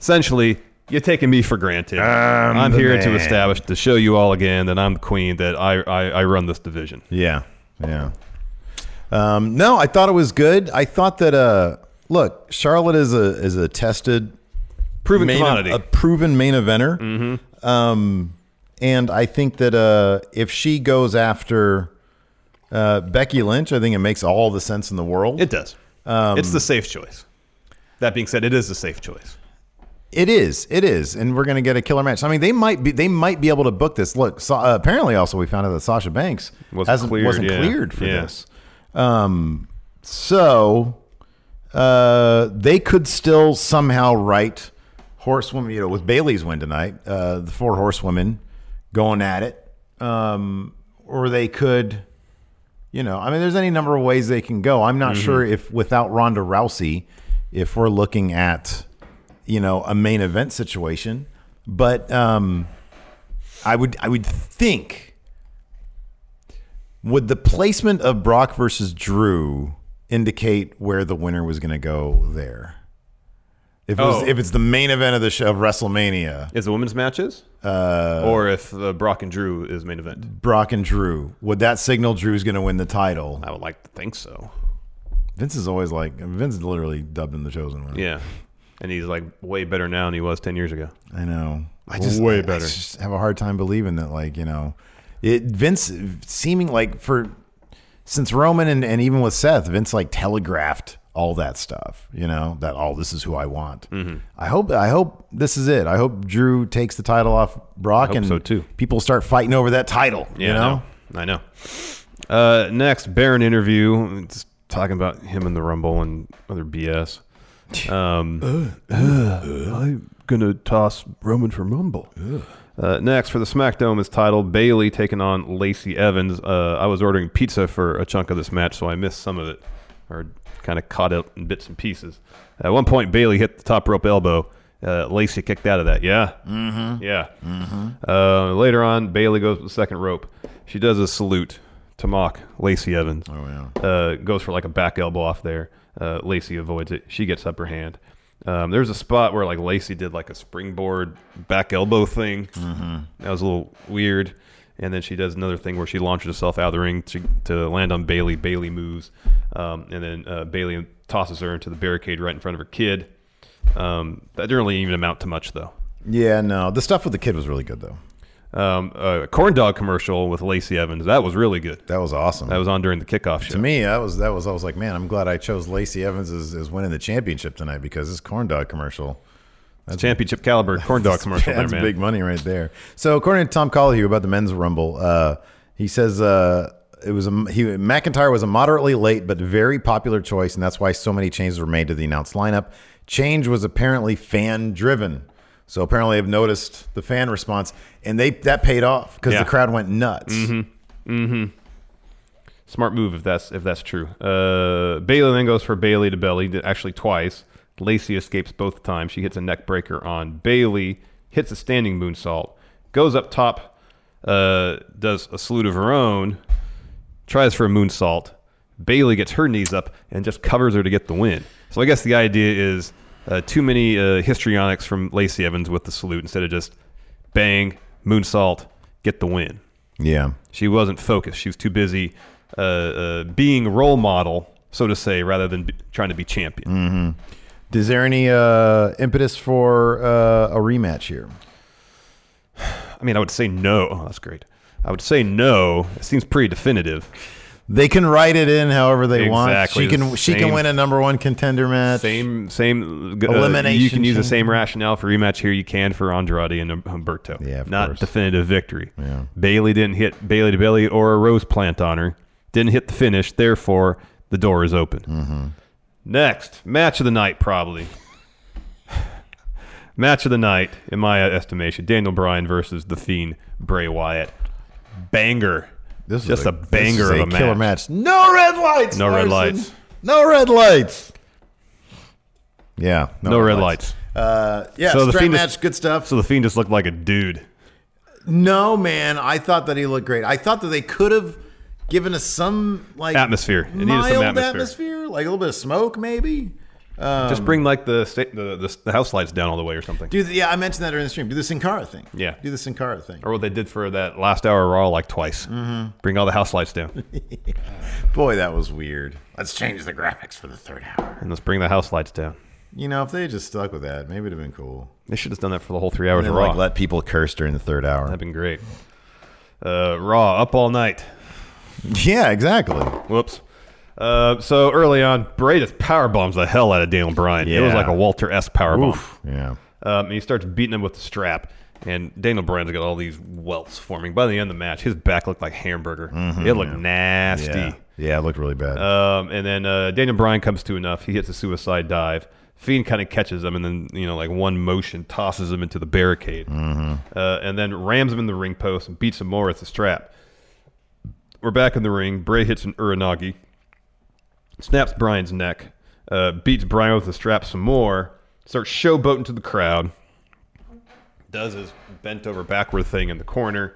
Speaker 4: essentially, "You're taking me for granted. I'm, here to establish to show you all again that I'm the queen, that I I, I run this division."
Speaker 3: yeah. Yeah. Um, no, I thought it was good. I thought that uh, look, Charlotte is a is a tested
Speaker 4: Proven
Speaker 3: main, e-
Speaker 4: commodity. Mm-hmm.
Speaker 3: a proven main eventer. Um, and I think that uh, if she goes after uh, Becky Lynch, I think it makes all the sense in the world.
Speaker 4: it does. it's the safe choice. That being said, it is the safe choice.
Speaker 3: It is. It is, and we're gonna get a killer match. I mean, they might be. They might be able to book this. Look, so, uh, apparently, also we found out that Sasha Banks
Speaker 4: Wasn't
Speaker 3: hasn't-
Speaker 4: cleared,
Speaker 3: wasn't
Speaker 4: yeah.
Speaker 3: cleared for
Speaker 4: Yeah.
Speaker 3: this. Um, so uh, they could still somehow write horsewoman. You know, with Bailey's win tonight, uh, the four horsewomen going at it, um, or they could. You know, I mean, there's any number of ways they can go. I'm not sure if without Ronda Rousey, if we're looking at you know a main event situation but um i would i would think would the placement of brock versus drew indicate where the winner was going to go there If, it was,
Speaker 4: Oh.
Speaker 3: if it's the main event of the show, of WrestleMania,
Speaker 4: Is the women's matches? Uh, or if uh, Brock and Drew is main event?
Speaker 3: Brock and Drew, would that signal Drew's going to win the title?
Speaker 4: I would like to think so.
Speaker 3: Vince is always like Vince literally dubbed him the chosen one.
Speaker 4: Yeah. And he's like way better now than he was 10 years ago.
Speaker 3: I know.
Speaker 4: I just-
Speaker 3: way
Speaker 4: I- I
Speaker 3: better. I
Speaker 4: just
Speaker 3: just have a hard time believing that, like you know, it Vince seeming like for since Roman and, and even with Seth, Vince like telegraphed all that stuff. You know that all this is who I want.
Speaker 4: Mm-hmm.
Speaker 3: I hope I hope this is it. I hope Drew takes the title off Brock
Speaker 4: hope
Speaker 3: and
Speaker 4: so, too.
Speaker 3: people start fighting over that title.
Speaker 4: Yeah,
Speaker 3: you know.
Speaker 4: I know. I know. Uh, next, Baron interview. It's talking about him and the Rumble and other BS. Um, I'm gonna toss Roman for Rumble. Uh, next for the SmackDown is titled Bailey taking on Lacey Evans. Uh, I was ordering pizza for a chunk of this match, so I missed some of it, or kind of caught up in bits and pieces. At one point, Bailey hit the top rope elbow. Uh, Lacey kicked out of that. Yeah, mm-hmm. yeah. Uh, later on, Bailey goes to the second rope. She does a salute to mock Lacey Evans. Oh yeah. Uh, goes for like a back elbow off there. Uh, Lacey avoids it. She gets upper hand. Um, there's a spot where like Lacey did like a springboard back elbow thing. Mm-hmm. That was a little weird. And then she does another thing where she launches herself out of the ring to, to land on Bailey. Bailey moves, um, and then uh, Bailey tosses her into the barricade right in front of her kid. Um, that didn't really even amount to much though.
Speaker 3: Yeah, no. The stuff with the kid was really good though.
Speaker 4: Um, a corn dog commercial with Lacey Evans. That was really good.
Speaker 3: That was awesome.
Speaker 4: That was on during the kickoff show.
Speaker 3: to me, that was that was I was like, man, I'm glad I chose Lacey Evans as, as winning the championship tonight because this corn dog commercial.
Speaker 4: It's championship caliber corn dog commercial there,
Speaker 3: That's
Speaker 4: man.
Speaker 3: big money right there. So according to Tom Collihue about the men's rumble, uh, he says uh, it was a he, McIntyre was a moderately late but very popular choice, and that's why so many changes were made to the announced lineup. Change was apparently fan driven. So apparently, I've noticed the fan response, and they that paid off because
Speaker 4: Yeah. Mm-hmm.
Speaker 3: the crowd went nuts.
Speaker 4: Smart move if that's if that's true. Uh, Bailey then goes for Bailey to belly, th- actually twice. Lacey escapes both times. She hits a neck breaker on Bailey, hits a standing moonsault, goes up top, uh, does a salute of her own, tries for a moonsault. Bailey gets her knees up and just covers her to get the win. So I guess the idea is uh, too many uh, histrionics from Lacey Evans with the salute instead of just bang, moonsault, get the win.
Speaker 3: Yeah,
Speaker 4: She wasn't focused. She was too busy uh, uh, being role model, so to say, rather than be, trying to be champion.
Speaker 3: is there any uh, impetus for uh, a rematch here?
Speaker 4: I mean, I would say no. Oh, that's great. I would say no. It seems pretty definitive.
Speaker 3: They can write it in however they want.
Speaker 4: Exactly.
Speaker 3: She can she
Speaker 4: Same-
Speaker 3: can win a number one contender match.
Speaker 4: Same, same. uh,
Speaker 3: Elimination
Speaker 4: you can use the
Speaker 3: chamber.
Speaker 4: same rationale for rematch here. You can for Andrade and um, Humberto.
Speaker 3: Yeah, of
Speaker 4: not
Speaker 3: course.
Speaker 4: definitive victory. Bailey didn't hit Bailey to Bailey or a rose plant on her. Didn't hit the finish. Therefore, the door is open.
Speaker 3: Mm-hmm.
Speaker 4: Next match of the night, probably. match of the night, in my estimation, Daniel Bryan versus the Fiend Bray Wyatt. Banger.
Speaker 3: This is
Speaker 4: just a, banger
Speaker 3: this is
Speaker 4: of a,
Speaker 3: killer match. No red lights.
Speaker 4: No red
Speaker 3: Larson.
Speaker 4: lights.
Speaker 3: No red lights. Yeah.
Speaker 4: No red lights.
Speaker 3: Uh, yeah.
Speaker 4: So the
Speaker 3: strap
Speaker 4: Fiend is-
Speaker 3: match. good stuff.
Speaker 4: So the Fiend just looked like a dude.
Speaker 3: no man, I thought that he looked great. I thought that they could have given us some like
Speaker 4: Atmosphere. It needed some
Speaker 3: mild
Speaker 4: atmosphere.
Speaker 3: like a little bit of smoke maybe.
Speaker 4: Just
Speaker 3: Um,
Speaker 4: bring like the, sta- the the the house lights down all the way or something.
Speaker 3: Do the, yeah, I mentioned that during the stream. Do the Sin Cara thing.
Speaker 4: Yeah.
Speaker 3: Do the Sin Cara thing.
Speaker 4: Or what they did for that last hour Raw like twice.
Speaker 3: Mm-hmm.
Speaker 4: Bring all the house lights down,
Speaker 3: Boy, that was weird. Let's change the graphics for the third hour.
Speaker 4: and let's bring the house lights down.
Speaker 3: You know, if they had just stuck with that, maybe it'd have been cool.
Speaker 4: They should have done that for the whole three hours
Speaker 3: And
Speaker 4: of
Speaker 3: then,
Speaker 4: Raw.
Speaker 3: like let people curse during the third hour.
Speaker 4: That'd been great. Uh, Raw up all night.
Speaker 3: Yeah, exactly.
Speaker 4: Whoops. Uh, so early on, Bray just power bombs the hell out of Daniel Bryan. It was
Speaker 3: Yeah.
Speaker 4: like a Walter S power bomb.
Speaker 3: Yeah.
Speaker 4: Um, and he starts beating him with the strap. And Daniel Bryan's got all these welts forming. By the end of the match, his back looked like hamburger. it looked nasty.
Speaker 3: Mm-hmm, Yeah. Yeah, it looked really bad.
Speaker 4: Um, and then uh, Daniel Bryan comes to enough. He hits a suicide dive. Fiend kind of catches him and then, you know, like one motion tosses him into the barricade. Uh, and then rams him in the ring post and beats him more with the strap. We're back in the ring. Bray hits an Uranagi, snaps Bryan's neck, uh, beats Bryan with the strap some more, starts showboating to the crowd, does his bent over backward thing in the corner.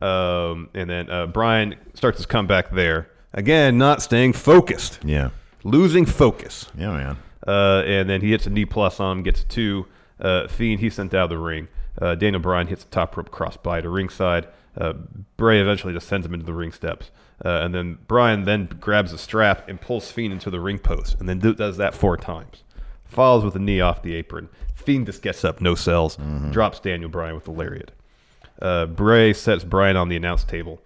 Speaker 4: Um, and then uh, Bryan starts his comeback there. Again, not staying focused
Speaker 3: yeah.
Speaker 4: losing focus.
Speaker 3: Yeah, man.
Speaker 4: uh, and then he hits a knee plus on him, gets a two. Uh, Fiend, he's sent out of the ring. Uh, Daniel Bryan hits the top rope crossbody to ringside. Uh, Bray eventually just sends him into the ring steps. Uh, and then Bryan then grabs a strap and pulls Fiend into the ring post, and then do, does that four times. Follows with a knee off the apron. Fiend just gets up, no sells, drops Daniel Bryan with the lariat. Uh, Bray sets Bryan on the announce table,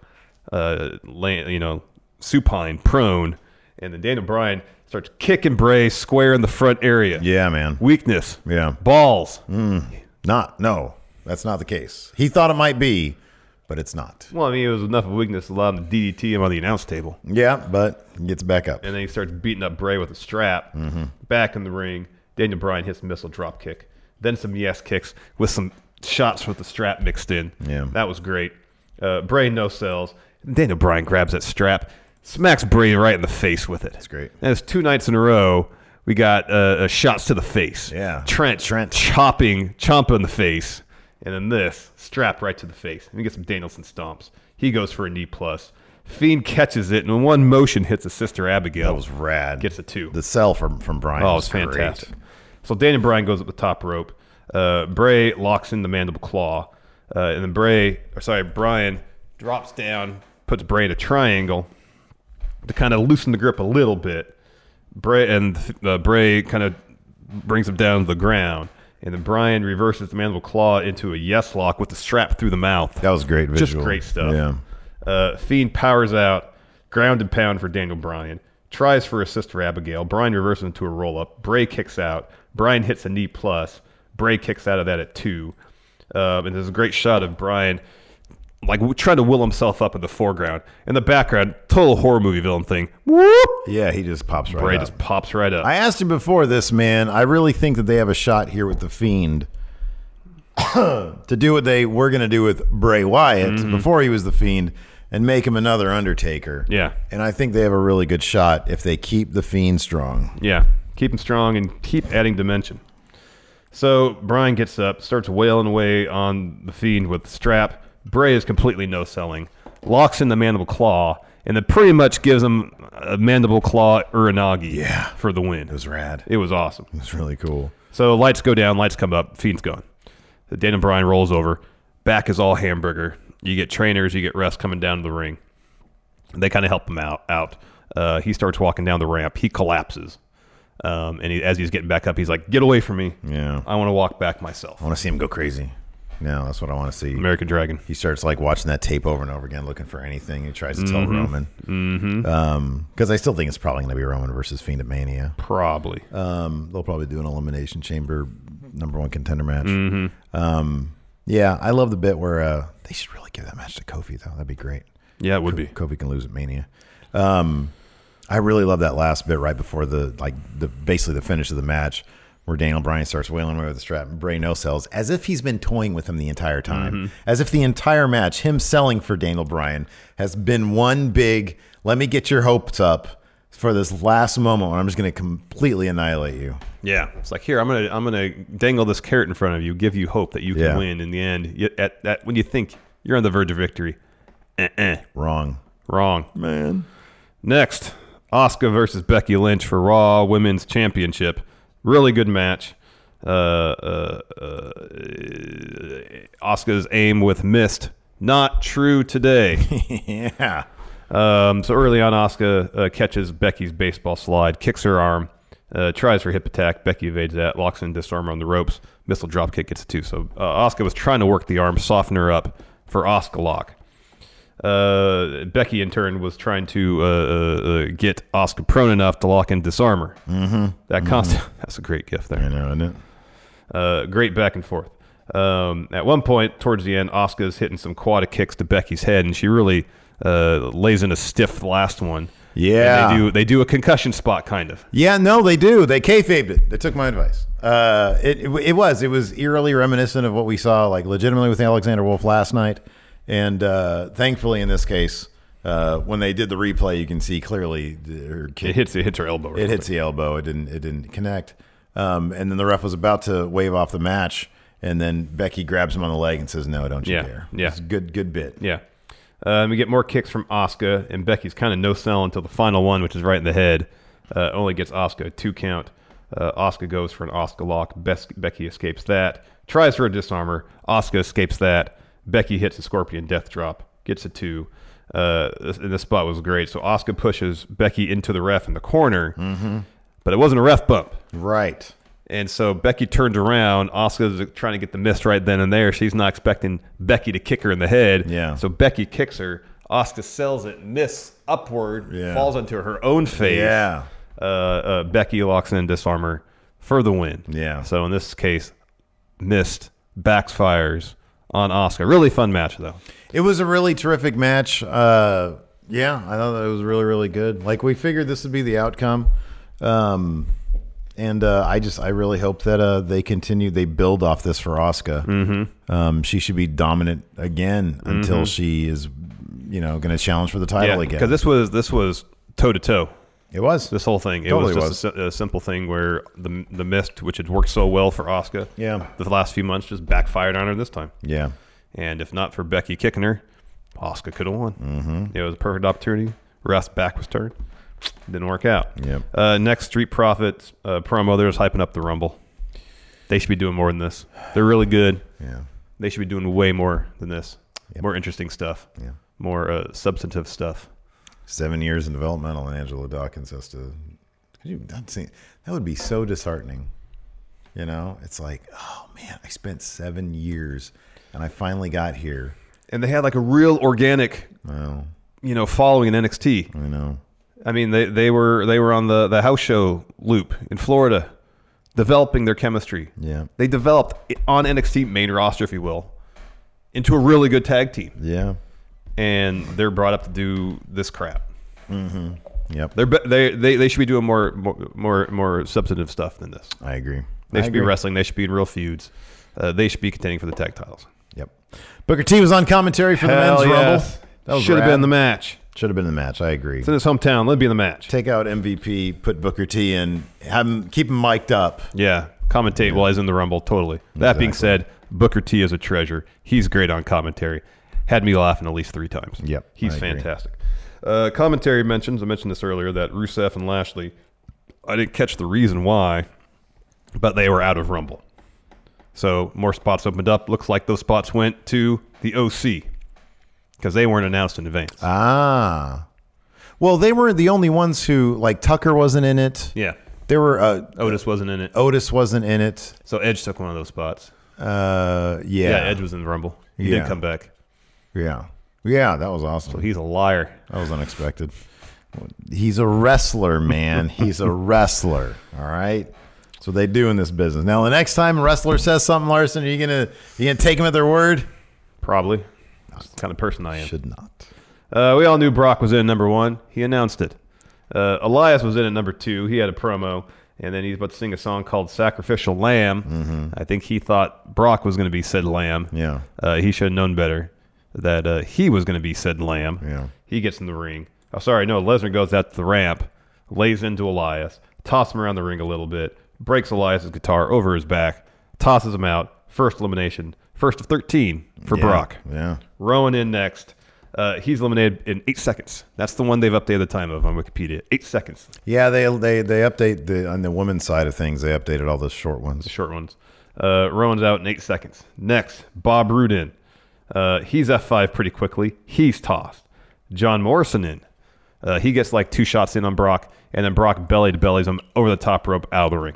Speaker 4: uh, lay, you know, supine, prone, and then Daniel Bryan starts kicking Bray square in the front area.
Speaker 3: Yeah, man.
Speaker 4: Weakness.
Speaker 3: Yeah.
Speaker 4: Balls.
Speaker 3: Not, no, that's not the case. He thought it might be, but it's not.
Speaker 4: Well, I mean, it was enough of weakness to allow him to DDT him on the announce table.
Speaker 3: Yeah, but he gets back up.
Speaker 4: and then he starts beating up Bray with a strap.
Speaker 3: Mm-hmm.
Speaker 4: Back in the ring, Daniel Bryan hits a missile drop kick, then some yes kicks with some shots with the strap mixed in.
Speaker 3: Yeah.
Speaker 4: that was great. Uh, Bray no sells. Daniel Bryan grabs that strap, smacks Bray right in the face with it. That's
Speaker 3: great.
Speaker 4: And it's two nights in a row. We got uh, uh, shots to the face.
Speaker 3: Yeah.
Speaker 4: Trent,
Speaker 3: Trent.
Speaker 4: chopping Chompa in the face, and then this strap right to the face. And we get some Danielson stomps. He goes for a knee plus. Fiend catches it and in one motion hits his sister Abigail.
Speaker 3: That was rad.
Speaker 4: Gets a two.
Speaker 3: The sell from from Brian.
Speaker 4: oh,
Speaker 3: was
Speaker 4: it's fantastic.
Speaker 3: great.
Speaker 4: So Daniel Bryan goes up the top rope. Uh, Bray locks in the mandible claw, uh, and then Bray, or sorry, Bryan drops down, puts Bray in a triangle to kind of loosen the grip a little bit. Bray and uh, Bray kind of brings him down to the ground, and then Bryan reverses the mandible claw into a yes lock with the strap through the mouth.
Speaker 3: That was great visual.
Speaker 4: Just great stuff.
Speaker 3: Yeah.
Speaker 4: Uh, Fiend powers out, ground and pound for Daniel Bryan. Tries for his sister Abigail. Bryan reverses into a roll up. Bray kicks out. Bryan hits a knee plus. Bray kicks out of that at two. Um, and there's a great shot of Bryan like w- trying to will himself up in the foreground. In the background, total horror movie villain thing. Whoop!
Speaker 3: Yeah, he just pops right
Speaker 4: Bray
Speaker 3: up.
Speaker 4: just pops right up.
Speaker 3: I asked you before this, man. I really think that they have a shot here with the Fiend to do what they were going to do with Bray Wyatt before he was the Fiend and make him another Undertaker.
Speaker 4: Yeah.
Speaker 3: And I think they have a really good shot if they keep the Fiend strong.
Speaker 4: Yeah, keep him strong and keep adding dimension. So Brian gets up, starts wailing away on the fiend with the strap. Bray is completely no selling, locks in the mandible claw, and then pretty much gives him a mandible claw uranagi
Speaker 3: Yeah.
Speaker 4: for the win.
Speaker 3: It was rad.
Speaker 4: It was awesome.
Speaker 3: It was really cool.
Speaker 4: So lights go down, lights come up, Fiend's gone. Dana Bryan rolls over, back is all hamburger. You get trainers, you get refs coming down to the ring. They kind of help him out. Out. Uh, he starts walking down the ramp. He collapses, um, and he, as he's getting back up, he's like, "Get away from me!
Speaker 3: Yeah.
Speaker 4: I want to walk back myself."
Speaker 3: I want to see him go crazy. No, that's what I want to see.
Speaker 4: American Dragon.
Speaker 3: he starts like watching that tape over and over again, looking for anything. He tries to tell Roman. Mm-hmm. because I still think it's probably going to be Roman versus Fiend at Mania.
Speaker 4: Probably.
Speaker 3: Um, they'll probably do an elimination chamber number one contender match. Um, yeah, I love the bit where uh, they should really give that match to Kofi though. That'd be great.
Speaker 4: yeah, it would be.
Speaker 3: Kofi can lose at Mania. Um, I really love that last bit right before the like the basically the finish of the match where Daniel Bryan starts wailing away with the strap and Bray no sells as if he's been toying with him the entire time. As if the entire match, him selling for Daniel Bryan has been one big let me get your hopes up for this last moment when I'm just gonna completely annihilate you.
Speaker 4: Yeah, it's like here I'm gonna I'm gonna dangle this carrot in front of you, give you hope that you can
Speaker 3: Yeah.
Speaker 4: win in the end. Yet At that when you think you're on the verge of victory, uh-uh.
Speaker 3: Wrong.
Speaker 4: Wrong. Man. Next, Oscar versus Becky Lynch for Raw Women's Championship. Really good match. Uh, uh, Oscar's aim with missed. Not true today.
Speaker 3: yeah.
Speaker 4: um, so early on, Oscar uh, catches Becky's baseball slide, kicks her arm, uh, tries for hip attack. Becky evades that, locks in disarm her on the ropes. Missile drop kick gets a two. So uh, Oscar was trying to work the arm, soften her up for Oscar lock uh, Becky in turn was trying to uh, uh, uh, get Oscar prone enough to lock in disarmor. Mm-hmm. That constant that's a great gift
Speaker 3: I
Speaker 4: there.
Speaker 3: know, isn't it?
Speaker 4: Uh, great back and forth. Um, at one point towards the end, Oscar's hitting some quad kicks to Becky's head, and she really uh, lays in a stiff last one.
Speaker 3: Yeah.
Speaker 4: and they do they do a concussion spot kind of.
Speaker 3: Yeah, no, they do. They kayfabed it. They took my advice. Uh, it, it it was it was eerily reminiscent of what we saw, like legitimately with Alexander Wolf last night, and uh, thankfully in this case, uh, when they did the replay, you can see clearly the- her kick-
Speaker 4: It hits it hits her elbow. real
Speaker 3: it hits the elbow. It didn't it didn't connect. Um, and then the ref was about to wave off the match, and then Becky grabs him on the leg and says, "No, don't you
Speaker 4: Yeah,
Speaker 3: dare."
Speaker 4: yeah.
Speaker 3: It's a good good bit.
Speaker 4: Yeah. Um, we get more kicks from Oscar, and Becky's kind of no sell until the final one, which is right in the head. Uh, only gets Oscar two count. Uh, Asuka goes for an Asuka lock. Bes- Becky escapes that. Tries for a disarmer. Asuka escapes that. Becky hits a Scorpion Death Drop. Gets a two. Uh, this, and this spot was great. So Asuka pushes Becky into the ref in the corner, but it wasn't a ref bump.
Speaker 3: Right.
Speaker 4: And so Becky turns around. Oscar's trying to get the miss right then and there. She's not expecting Becky to kick her in the head.
Speaker 3: Yeah.
Speaker 4: So Becky kicks her. Oscar sells it, miss upward,
Speaker 3: Yeah.
Speaker 4: falls into her own face.
Speaker 3: Yeah.
Speaker 4: Uh, uh, Becky locks in disarmer for the win.
Speaker 3: Yeah.
Speaker 4: So in this case, missed backfires on Oscar. Really fun match though.
Speaker 3: It was a really terrific match. Uh, yeah, I thought that it was really, really good. Like we figured this would be the outcome, um, and uh, I just I really hope that uh, they continue. They build off this for Oscar. Mm-hmm. Um, she should be dominant again until she is, you know, going to challenge for the title again.
Speaker 4: Because Mm-hmm. this was this was toe to toe.
Speaker 3: it was
Speaker 4: this whole thing. It
Speaker 3: Totally
Speaker 4: was just A, si- a simple thing where the the mist, which had worked so well for Oscar,
Speaker 3: Yeah.
Speaker 4: the last few months just backfired on her this time.
Speaker 3: yeah.
Speaker 4: And if not for Becky kicking her, Oscar could have won. Mm-hmm. It was a perfect opportunity. Ralph's back was turned. Didn't work out.
Speaker 3: Yep.
Speaker 4: Uh, next, Street Profits uh, promo. They're just hyping up the Rumble. They should be doing more than this. They're really good.
Speaker 3: Yeah.
Speaker 4: They should be doing way more than this. More interesting stuff.
Speaker 3: Yeah.
Speaker 4: More uh, substantive stuff.
Speaker 3: Seven years in developmental, and Angela Dawkins has to. Could you? That, seem, that would be so disheartening. You know, it's like, oh man, I spent seven years, and I finally got here.
Speaker 4: And they had like a real organic,
Speaker 3: Well,
Speaker 4: you know, following in NXT.
Speaker 3: you know,
Speaker 4: I mean, they, they were they were on the, the house show loop in Florida, developing their chemistry.
Speaker 3: Yeah.
Speaker 4: they developed it on NXT main roster, if you will, into a really good tag team,
Speaker 3: yeah,
Speaker 4: and they're brought up to do this crap.
Speaker 3: Mm-hmm. yep.
Speaker 4: They're be- they they, they should be doing more more more, more substantive stuff than this.
Speaker 3: I agree.
Speaker 4: They
Speaker 3: I
Speaker 4: should be
Speaker 3: agree.
Speaker 4: wrestling. They should be in real feuds. Uh, they should be contending for the tag titles.
Speaker 3: Yep. Booker T was on commentary for the men's rumble.
Speaker 4: should have been the match.
Speaker 3: Should have been the match. I agree.
Speaker 4: It's in his hometown. Let it be in the match.
Speaker 3: Take out MVP, put Booker T in, have him keep him mic'd up.
Speaker 4: Yeah, commentate while he's in the Rumble. Totally. That being
Speaker 3: Exactly.
Speaker 4: said, Booker T is a treasure. He's great on commentary. Had me laughing at least three times.
Speaker 3: Yep,
Speaker 4: he's
Speaker 3: I agree.
Speaker 4: fantastic. Uh, commentary mentions. I mentioned this earlier that Rusev and Lashley. I didn't catch the reason why, but they were out of Rumble. So more spots opened up. Looks like those spots went to the OC because they weren't announced in advance.
Speaker 3: Ah. Well, they were the only ones who like Tucker wasn't in it.
Speaker 4: yeah,
Speaker 3: There were uh,
Speaker 4: Otis wasn't in it, Oh,
Speaker 3: Otis wasn't in it.
Speaker 4: so Edge took one of those spots.
Speaker 3: Uh, yeah,
Speaker 4: Yeah, Edge was in the Rumble. He
Speaker 3: Yeah.
Speaker 4: did come back.
Speaker 3: yeah, yeah. That was awesome.
Speaker 4: He's a liar.
Speaker 3: That was unexpected. He's a wrestler, man. He's a wrestler. All right. That's what they do in this business. Now, the next time a wrestler says something, Larson, are you gonna you gonna take him at their word?
Speaker 4: Probably. That's the kind of person I am.
Speaker 3: Should not.
Speaker 4: Uh, we all knew Brock was in at number one. He announced it. Uh, Elias was in at number two. He had a promo, and then he's about to sing a song called Sacrificial Lamb. I think he thought Brock was going to be said lamb.
Speaker 3: Mm-hmm. Yeah.
Speaker 4: Uh, he should have known better that uh, he was going to be said lamb.
Speaker 3: Yeah.
Speaker 4: He gets in the ring. Oh, sorry. No, Lesnar goes out to the ramp, lays into Elias, tosses him around the ring a little bit, breaks Elias's guitar over his back, tosses him out. First elimination. First of 13 for
Speaker 3: Yeah.
Speaker 4: Brock.
Speaker 3: Yeah.
Speaker 4: Rowan in next. Uh, he's eliminated in eight seconds. That's the one they've updated the time of on Wikipedia. Eight seconds,
Speaker 3: Yeah, they they they update the on the women's side of things, they updated all those short ones.
Speaker 4: the short ones. Uh, Rowan's out in eight seconds. Next, Bob Roode in. Uh, he's F5 pretty quickly. He's tossed. John Morrison in. Uh, he gets like two shots in on Brock, and then Brock belly to bellies him over the top rope out of the ring.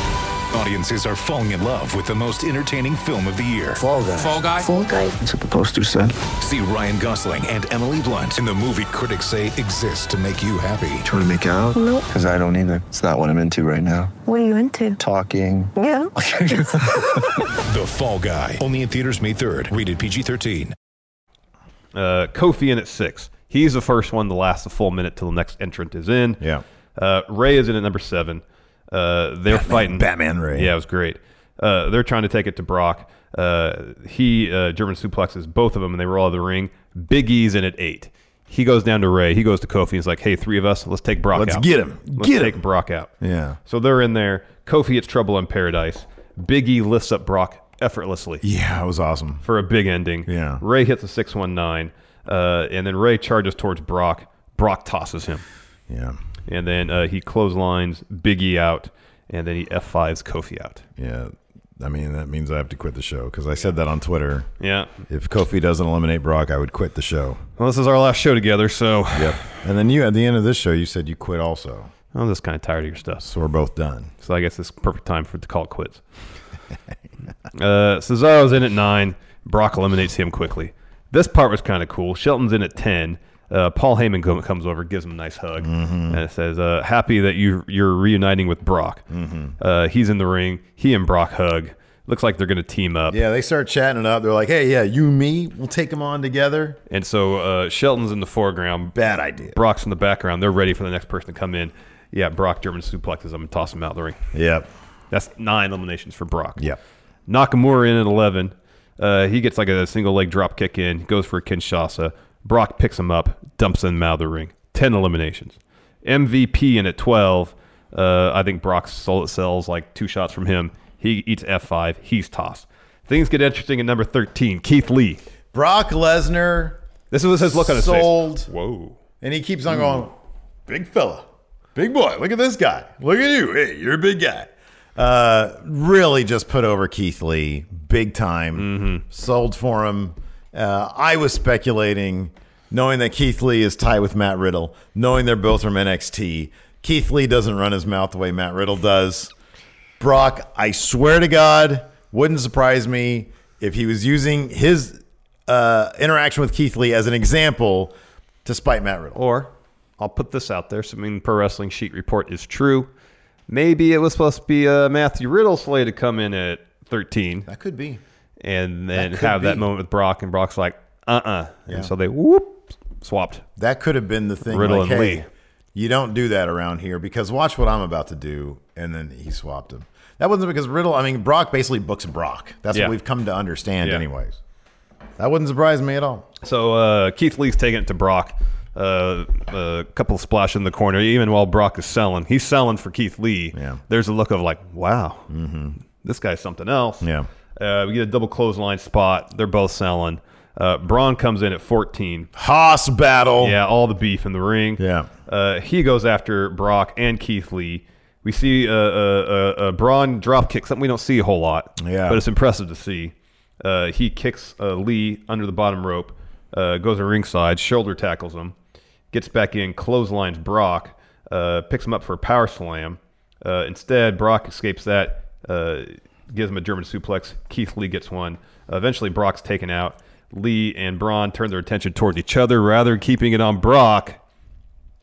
Speaker 5: Audiences are falling in love with the most entertaining film of the year.
Speaker 6: Fall guy. Fall guy. Fall guy. That's what the poster said.
Speaker 5: See Ryan Gosling and Emily Blunt in the movie critics say exists to make you happy.
Speaker 6: Trying to make it out? No. Because I don't either. It's not what I'm into right now.
Speaker 7: What are you into?
Speaker 6: Talking.
Speaker 7: Yeah.
Speaker 5: the Fall Guy. Only in theaters May 3rd. Rated PG 13.
Speaker 4: Uh, Kofi in at six. He's the first one to last a full minute till the next entrant is in.
Speaker 3: Yeah.
Speaker 4: Uh, Ray is in at number seven. Uh, they're fighting
Speaker 3: Batman Ray.
Speaker 4: Yeah, it was great. Uh, they're trying to take it to Brock. Uh, he uh, German suplexes both of them, and they roll out of the ring. Big E's in at eight. He goes down to Ray. He goes to Kofi. He's like, "Hey, three of us, let's take Brock
Speaker 3: Let's
Speaker 4: out.
Speaker 3: get him.
Speaker 4: Let's
Speaker 3: Get
Speaker 4: take
Speaker 3: him."
Speaker 4: Brock out."
Speaker 3: Yeah.
Speaker 4: So they're in there. Kofi gets trouble in paradise. Big E lifts up Brock effortlessly.
Speaker 3: Yeah, it was awesome.
Speaker 4: For a big ending. Yeah. Ray hits a 619, uh, and then Ray charges towards Brock. Brock tosses him.
Speaker 3: Yeah.
Speaker 4: And then uh, he clotheslines Big E out, and then he F5s Kofi out.
Speaker 3: Yeah. I mean, that means I have to quit the show because I said that on Twitter.
Speaker 4: Yeah.
Speaker 3: If Kofi doesn't eliminate Brock, I would quit the show.
Speaker 4: Well, this is our last show together, so.
Speaker 3: Yep. And then you, at the end of this show, you said you quit also.
Speaker 4: I'm just kind of tired of your stuff.
Speaker 3: So we're both done.
Speaker 4: So I guess it's perfect time for it to call it quits. uh, Cesaro's in at nine. Brock eliminates him quickly. This part was kind of cool. Shelton's in at ten. Uh, Paul Heyman go- comes over, gives him a nice hug,
Speaker 3: Mm-hmm.
Speaker 4: and it says, uh, "Happy that you you're reuniting with Brock."
Speaker 3: Mm-hmm.
Speaker 4: Uh, he's in the ring. He and Brock hug. Looks like they're going to team up.
Speaker 3: Yeah, they start chatting it up. They're like, hey, yeah, you and me, we'll take them on together.
Speaker 4: And so uh, Shelton's in the foreground.
Speaker 3: Bad idea.
Speaker 4: Brock's in the background. They're ready for the next person to come in. Yeah, Brock German suplexes him and toss him out of the ring.
Speaker 3: Yep.
Speaker 4: That's nine eliminations for Brock.
Speaker 3: Yep.
Speaker 4: Nakamura in at 11. Uh, he gets like a single leg drop kick in, goes for a Kinshasa. Brock picks him up, dumps him out of the ring. 10 eliminations. MVP in at 12. Uh, I think Brock sol- sells like two shots from him. He eats F5. He's tossed. Things get interesting at number 13. Keith Lee.
Speaker 3: Brock Lesnar.
Speaker 4: This was his look on his face.
Speaker 3: sold,
Speaker 4: Whoa.
Speaker 3: And he keeps on going, big fella, big boy. Look at this guy. Look at you. Hey, you're a big guy. Uh, really just put over Keith Lee big time. Sold for him. Uh, I was speculating, knowing that Keith Lee is tied with Matt Riddle, knowing they're both from NXT. Keith Lee doesn't run his mouth the way Matt Riddle does. Brock, I swear to God, wouldn't surprise me if he was using his uh, interaction with Keith Lee as an example to spite Matt Riddle.
Speaker 4: Or I'll put this out there. So, I mean, Pro Wrestling Sheet Report is true. Maybe it was supposed to be uh, Matthew Riddle Slay to come in at 13
Speaker 3: That could be.
Speaker 4: and then
Speaker 3: could
Speaker 4: have that
Speaker 3: be.
Speaker 4: moment with Brock, and Brock's like, uh uh
Speaker 3: Yeah.
Speaker 4: And so they whoop, swapped.
Speaker 3: That could have been the thing.
Speaker 4: Riddle
Speaker 3: like,
Speaker 4: and
Speaker 3: hey,
Speaker 4: Lee.
Speaker 3: You don't do that around here because watch what I'm about to do. And then he swapped him. That wasn't because Riddle, I mean, Brock basically books Brock. That's
Speaker 4: Yeah.
Speaker 3: what we've come to understand,
Speaker 4: Yeah.
Speaker 3: anyways. That wouldn't surprise me at all.
Speaker 4: So uh, Keith Lee's taking it to Brock. Uh, a couple of splash in the corner, even while Brock is selling. He's selling for Keith Lee. Yeah. There's a look of like, wow, this guy's something else.
Speaker 3: Mm-hmm. Yeah.
Speaker 4: Uh, we get a double clothesline spot. They're both selling. Uh, Braun comes in at 14.
Speaker 3: Haas battle.
Speaker 4: Yeah, all the beef in the ring.
Speaker 3: Yeah.
Speaker 4: Uh, he goes after Brock and Keith Lee. We see uh, uh, uh, uh, Braun drop kick, something we don't see a whole lot.
Speaker 3: Yeah.
Speaker 4: But it's impressive to see. Uh, he kicks uh, Lee under the bottom rope, uh, goes to ringside, shoulder tackles him, gets back in, clotheslines Brock, uh, picks him up for a power slam. Uh, instead, Brock escapes that, uh, gives him a German suplex. Keith Lee gets one. eventually, Brock's taken out. Lee and Braun turn their attention toward each other rather than keeping it on Brock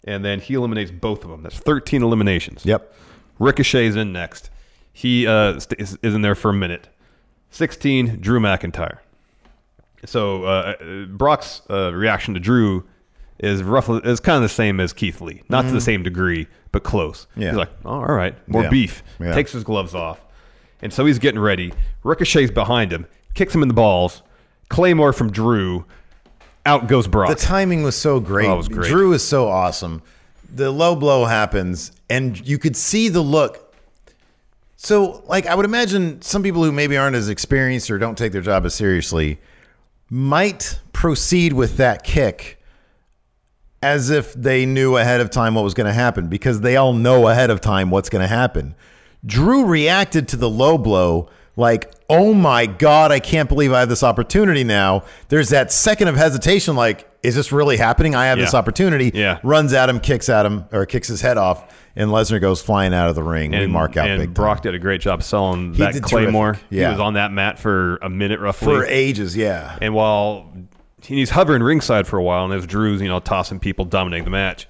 Speaker 4: and then he eliminates both of them. That's 13 eliminations.
Speaker 3: Yep.
Speaker 4: Ricochet's in next. He uh, st- is, is in there for a minute. 16, Drew McIntyre. So uh, uh, Brock's uh, reaction to Drew is roughly is kind of the same as Keith Lee, not to the same degree, but close.
Speaker 3: Mm-hmm. Yeah.
Speaker 4: He's like, oh, all right, more
Speaker 3: Yeah.
Speaker 4: beef.
Speaker 3: Yeah.
Speaker 4: Takes his gloves off, and so he's getting ready. Ricochet's behind him, kicks him in the balls. Claymore from Drew. Out goes Brock.
Speaker 3: The timing was so great.
Speaker 4: Oh, it was great.
Speaker 3: Drew is so awesome. The low blow happens, and you could see the look. So, like, I would imagine some people who maybe aren't as experienced or don't take their job as seriously might proceed with that kick as if they knew ahead of time what was going to happen because they all know ahead of time what's going to happen. Drew reacted to the low blow like, oh my God, I can't believe I have this opportunity now. There's that second of hesitation, like, is this really happening? I have this
Speaker 4: Yeah.
Speaker 3: opportunity.
Speaker 4: Yeah.
Speaker 3: Runs at him, kicks at him, or kicks his head off, and Lesnar goes flying out of the ring. we mark out
Speaker 4: and
Speaker 3: big time.
Speaker 4: Brock did a great job selling
Speaker 3: He
Speaker 4: that
Speaker 3: did
Speaker 4: Claymore.
Speaker 3: terrific. Yeah.
Speaker 4: He was on that mat for a minute roughly.
Speaker 3: for ages, yeah.
Speaker 4: and while he's hovering ringside for a while, and as Drew's, you know, tossing people, dominating the match,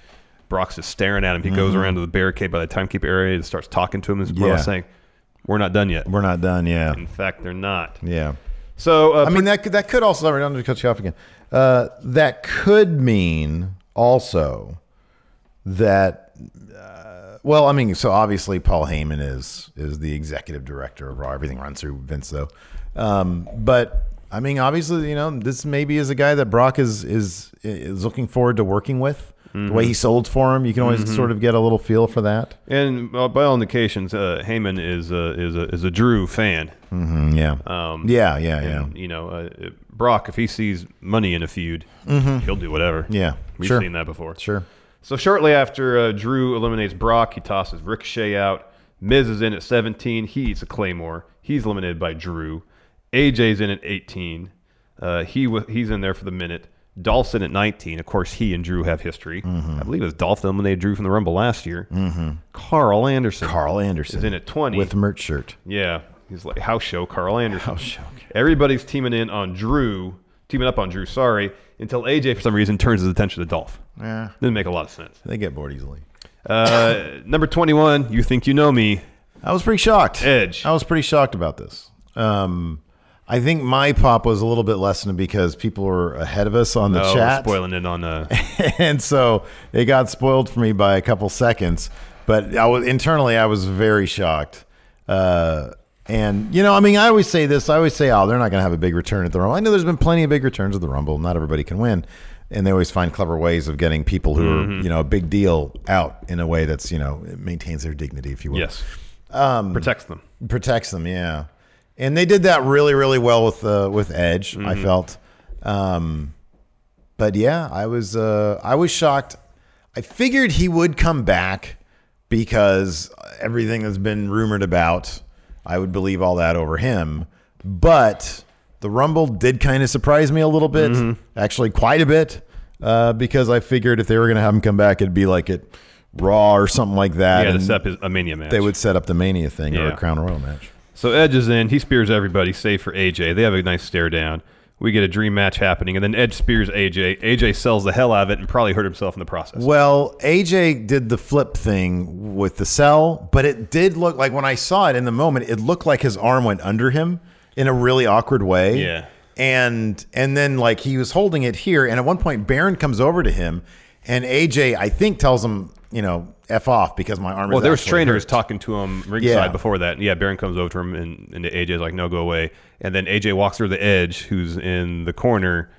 Speaker 4: Brock's just staring at him. He goes around to the barricade by the timekeeper area and starts talking to him. Is more or less
Speaker 3: Mm-hmm. Yeah.
Speaker 4: saying, We're not done yet.
Speaker 3: We're not done. Yeah.
Speaker 4: In fact, they're not.
Speaker 3: Yeah.
Speaker 4: So uh,
Speaker 3: I mean that could, that could also sorry, I'm going to cut you off again. Uh, that could mean also that uh, well, I mean, so obviously Paul Heyman is is the executive director of Raw. Everything runs through Vince, though. Um, but I mean, obviously, you know, this maybe is a guy that Brock is is is looking forward to working with. The way he sold for him, you can always
Speaker 4: Mhm.
Speaker 3: sort of get a little feel for that.
Speaker 4: And uh, by all indications, uh, Heyman is a, is a is a Drew fan.
Speaker 3: Mhm, yeah.
Speaker 4: Um,
Speaker 3: Yeah, yeah,
Speaker 4: and, You know, uh, Brock, if he sees money in a feud,
Speaker 3: Mhm.
Speaker 4: he'll do whatever.
Speaker 3: Yeah,
Speaker 4: we've
Speaker 3: sure.
Speaker 4: seen that before.
Speaker 3: Sure.
Speaker 4: So shortly after uh, Drew eliminates Brock, he tosses Ricochet out. Miz is in at 17. He eats a claymore. He's eliminated by Drew. AJ's in at 18. Uh, he wa he's in there for the minute. Dolphin at 19. Of course, he and Drew have history. I believe it was Dolphin eliminated Drew from the Rumble last year.
Speaker 3: Mm-hmm.
Speaker 4: Carl Anderson.
Speaker 3: Carl Anderson
Speaker 4: is in at 20.
Speaker 3: with merch shirt.
Speaker 4: Yeah, he's like house show Carl Anderson. House show. Everybody's teaming in on Drew, teaming up on Drew. Sorry, until AJ for some reason turns his attention to Dolph.
Speaker 3: Yeah.
Speaker 4: Didn't make a lot of sense.
Speaker 3: They get bored easily.
Speaker 4: Uh, number twenty-one. You think you know me?
Speaker 3: I was pretty shocked.
Speaker 4: Edge.
Speaker 3: I was pretty shocked about this. Um, I think my pop was a little bit lessened because people were ahead of us on the
Speaker 4: no,
Speaker 3: chat,
Speaker 4: Oh, spoiling it on uh,
Speaker 3: and so it got spoiled for me by a couple seconds. But I was, internally, I was very shocked. Uh, and you know, I mean, I always say this. I always say, "Oh, they're not going to have a big return at the Rumble." I know there's been plenty of big returns at the Rumble. Not everybody can win, and they always find clever ways of getting people who
Speaker 4: Mhm.
Speaker 3: are you know a big deal out in a way that's you know it maintains their dignity, if you will.
Speaker 4: Yes.
Speaker 3: um,
Speaker 4: protects them.
Speaker 3: Protects them, yeah. And they did that really, really well with uh, with Edge. I
Speaker 4: Mhm.
Speaker 3: felt, um, but yeah, I was uh, I was shocked. I figured he would come back because everything that's been rumored about, I would believe all that over him. But the Rumble did kind of surprise me a little bit,
Speaker 4: Mm-hmm.
Speaker 3: actually quite a bit, uh, because I figured if they were going to have him come back, it'd be like at Raw or something like that.
Speaker 4: Yeah, to
Speaker 3: and
Speaker 4: set up his- a Mania match.
Speaker 3: They would set up the Mania thing or
Speaker 4: Yeah.
Speaker 3: a Crown Royal match.
Speaker 4: So Edge is in. He spears everybody save for AJ. They have a nice stare down. We get a dream match happening, and then Edge spears AJ. AJ sells the hell out of it and probably hurt himself in the process.
Speaker 3: Well, AJ did the flip thing with the cell, but it did look like when I saw it in the moment, it looked like his arm went under him in a really awkward way.
Speaker 4: Yeah.
Speaker 3: And and then like he was holding it here, and at one point Baron comes over to him, and AJ I think tells him you know f off because my arm.
Speaker 4: Well,
Speaker 3: is
Speaker 4: there was
Speaker 3: actually
Speaker 4: trainers
Speaker 3: hurt."
Speaker 4: talking to him ringside
Speaker 3: Yeah.
Speaker 4: before that. And yeah, Baron comes over to him, and, and AJ's like, "No, go away." And then AJ walks through the Edge, who's in the corner.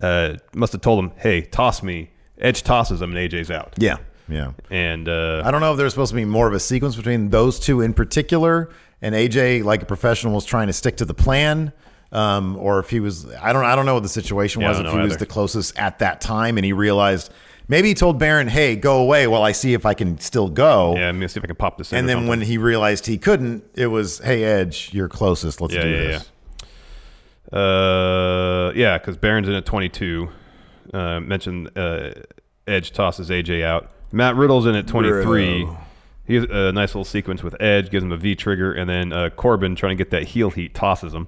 Speaker 4: Uh, must have told him, "Hey, toss me." Edge tosses him, and AJ's out.
Speaker 3: Yeah, yeah.
Speaker 4: And uh,
Speaker 3: I don't know if there's supposed to be more of a sequence between those two in particular, and AJ, like a professional, was trying to stick to the plan, um, or if he was. I don't. I don't know what the situation
Speaker 4: Yeah, I
Speaker 3: was. If
Speaker 4: don't
Speaker 3: he
Speaker 4: know
Speaker 3: was
Speaker 4: either.
Speaker 3: the closest at that time, and he realized maybe he told Baron, "Hey, go away," while I see if I can still go.
Speaker 4: Yeah, I'm gonna see if I can pop this. in
Speaker 3: And
Speaker 4: or
Speaker 3: then
Speaker 4: something.
Speaker 3: when he realized he couldn't, it was, "Hey, Edge, you're closest. Let's do this."
Speaker 4: yeah. Uh, yeah, because Barron's in at 22. Uh, mentioned uh, Edge tosses AJ out. Matt Riddle's in at 23.
Speaker 3: Riddle.
Speaker 4: He has a nice little sequence with Edge, gives him a V trigger, and then uh, Corbin trying to get that heel heat tosses him.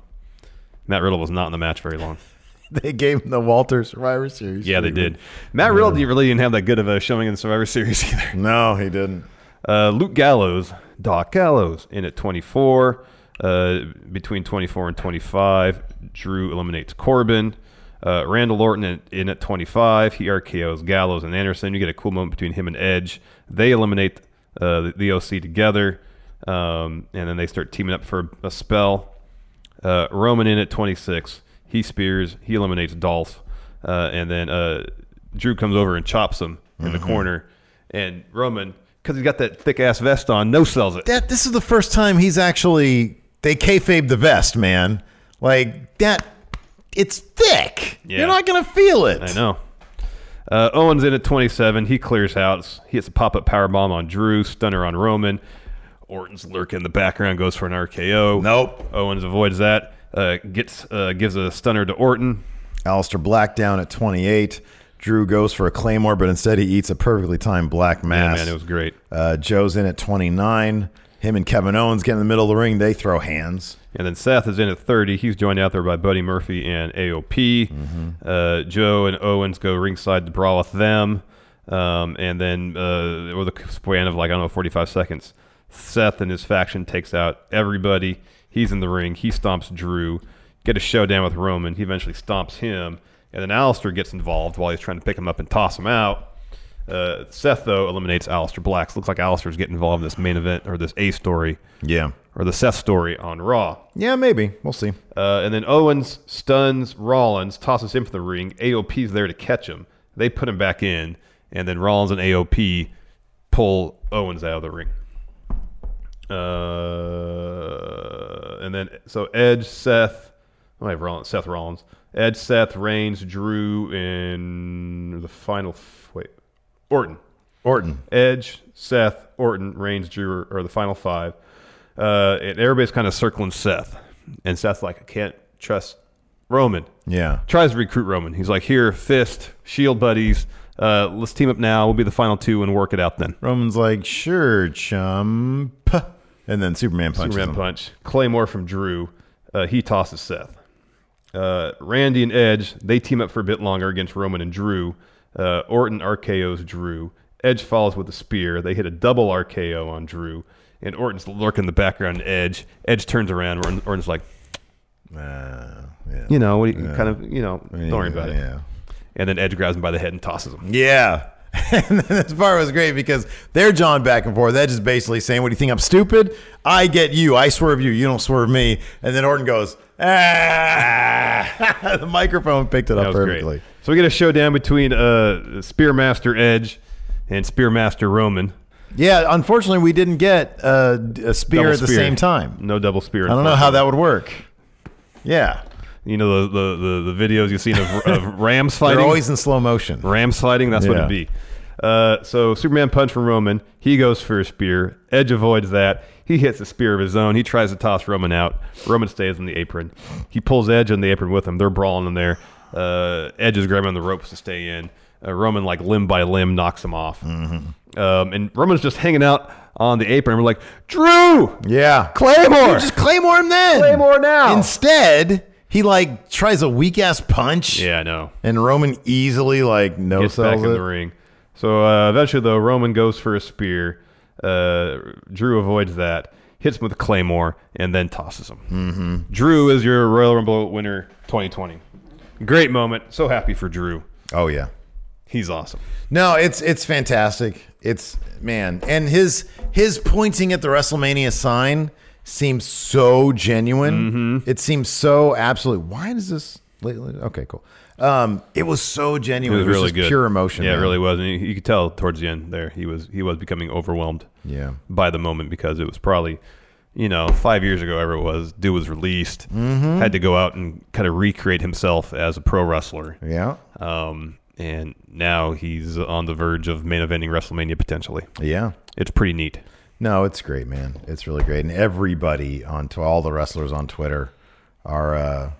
Speaker 4: Matt Riddle was not in the match very long.
Speaker 3: They gave him the Walter Survivor Series.
Speaker 4: Yeah, they
Speaker 3: treatment.
Speaker 4: did. Matt Riddle didn't- really didn't have that good of a showing in the Survivor Series either.
Speaker 3: No, he didn't.
Speaker 4: Uh, Luke Gallows, Doc Gallows, in at 24. Uh, between 24 and 25, Drew eliminates Corbin. Uh, Randall Orton in, in at 25. He RKO's Gallows and Anderson. You get a cool moment between him and Edge. They eliminate uh, the, the OC together, um, and then they start teaming up for a, a spell. Uh, Roman in at 26. He spears. He eliminates Dolph. Uh, and then uh, Drew comes over and chops him in the
Speaker 3: Mhm.
Speaker 4: corner. And Roman, because he's got that thick ass vest on, no sells it.
Speaker 3: that this is the first time he's actually they kayfabe the vest, man. Like that, it's thick. You're not gonna feel it.
Speaker 4: I know. Uh, Owens in at 27. He clears out. He hits a pop up power bomb on Drew, stunner on Roman. Orton's lurking in the background, goes for an RKO.
Speaker 3: Nope.
Speaker 4: Owens avoids that. Uh, gets uh, gives a stunner to Orton.
Speaker 3: Alistair Black down at 28. Drew goes for a claymore, but instead he eats a perfectly timed black mass.
Speaker 4: Oh, man, it was great.
Speaker 3: Uh, Joe's in at 29. Him and Kevin Owens get in the middle of the ring. They throw hands.
Speaker 4: And then Seth is in at 30. He's joined out there by Buddy Murphy and AOP. Uh, Joe and Owens go ringside to brawl with them. Um, and then, uh, with a span of like, I don't know, 45 seconds, Seth and his faction takes out everybody. He's in the ring. He stomps Drew. Get a showdown with Roman. He eventually stomps him. And then Alistair gets involved while he's trying to pick him up and toss him out. Uh, Seth, though, eliminates Alistair Blacks. looks like Alistair's getting involved in this main event or this A story.
Speaker 3: Yeah.
Speaker 4: Or the Seth story on Raw.
Speaker 3: Yeah, maybe. We'll see.
Speaker 4: Uh, and then Owens stuns Rollins, tosses him from the ring. AOP's there to catch him. They put him back in, and then Rollins and AOP pull Owens out of the ring. Uh, and then so Edge, Seth, I have Rollins, Seth Rollins, Edge, Seth, Reigns, Drew, and the final f- wait, Orton,
Speaker 3: Orton,
Speaker 4: Edge, Seth, Orton, Reigns, Drew are, are the final five. Uh, and everybody's kind of circling Seth, and Seth's like, I can't trust Roman.
Speaker 3: Yeah.
Speaker 4: tries to recruit Roman. He's like, here, fist, shield buddies. Uh, let's team up now. We'll be the final two and work it out then.
Speaker 3: Roman's like, sure, chum. Puh. And then Superman punches
Speaker 4: Superman
Speaker 3: him.
Speaker 4: punch. Claymore from Drew. Uh, he tosses Seth. Uh, Randy and Edge, they team up for a bit longer against Roman and Drew. Uh, Orton RKOs Drew. Edge follows with a spear. They hit a double RKO on Drew. And Orton's lurking in the background to Edge. Edge turns around. Orton, Orton's like, you know, what do you- kind of, you know, don't worry about it.
Speaker 3: Ah, Yeah.
Speaker 4: And then Edge grabs him by the head and tosses him.
Speaker 3: Yeah. And then this part was great because they're John back and forth. That's just basically saying, What do you think? I'm stupid? I get you. I swerve you. You don't swerve me. And then Orton goes, Ah. the microphone picked it up
Speaker 4: That was great.
Speaker 3: perfectly.
Speaker 4: So we get a showdown between uh, Spearmaster Edge and Spearmaster Roman.
Speaker 3: Yeah. Unfortunately, we didn't get uh, a spear
Speaker 4: Double
Speaker 3: at the same time.
Speaker 4: No double spear.
Speaker 3: I don't know how that would work. Yeah.
Speaker 4: You know the the, the, the videos you've seen of, of Rams fighting.
Speaker 3: They're always in slow motion.
Speaker 4: Rams fighting. That's what
Speaker 3: Yeah.
Speaker 4: it'd be. Uh, so Superman punch from Roman. He goes for a spear. Edge avoids that. He hits a spear of his own. He tries to toss Roman out. Roman stays on the apron. He pulls Edge on the apron with him. They're brawling in there. Uh, Edge is grabbing on the ropes to stay in. Uh, Roman like limb by limb knocks him off.
Speaker 3: Mm-hmm.
Speaker 4: Um, and Roman's just hanging out on the apron. We're like Drew.
Speaker 3: Yeah.
Speaker 4: Claymore!
Speaker 3: Dude, just Claymore him then.
Speaker 4: Claymore now.
Speaker 3: Instead, he like tries a weak ass punch.
Speaker 4: Yeah, I know.
Speaker 3: And Roman easily like no
Speaker 4: gets back
Speaker 3: sells
Speaker 4: in the
Speaker 3: it.
Speaker 4: ring. So uh, eventually, though, Roman goes for a spear. Uh, Drew avoids that, hits him with a claymore, and then tosses him. Mm-hmm. Drew is your Royal Rumble winner 2020. Great moment. So happy for Drew.
Speaker 3: Oh yeah.
Speaker 4: He's awesome.
Speaker 3: No, it's it's fantastic. It's man, and his his pointing at the WrestleMania sign seems so genuine.
Speaker 4: Mm-hmm.
Speaker 3: It seems so absolute. Why does this? Okay, cool. Um, it was so
Speaker 4: It
Speaker 3: genuine.
Speaker 4: was really
Speaker 3: just
Speaker 4: good.
Speaker 3: Pure emotion.
Speaker 4: Yeah,
Speaker 3: man.
Speaker 4: it really was. And you, you could tell towards the end there, he was he was becoming overwhelmed.
Speaker 3: Yeah.
Speaker 4: By the moment because it was probably, you know, five years ago, ever it was. Dude was released.
Speaker 3: Mhm.
Speaker 4: Had to go out and kind of recreate himself as a pro wrestler.
Speaker 3: Yeah.
Speaker 4: Um, and now he's on the verge of main eventing WrestleMania potentially.
Speaker 3: Yeah.
Speaker 4: It's pretty neat.
Speaker 3: No, it's great, man. It's really great, and everybody on tw- all the wrestlers on Twitter are uh,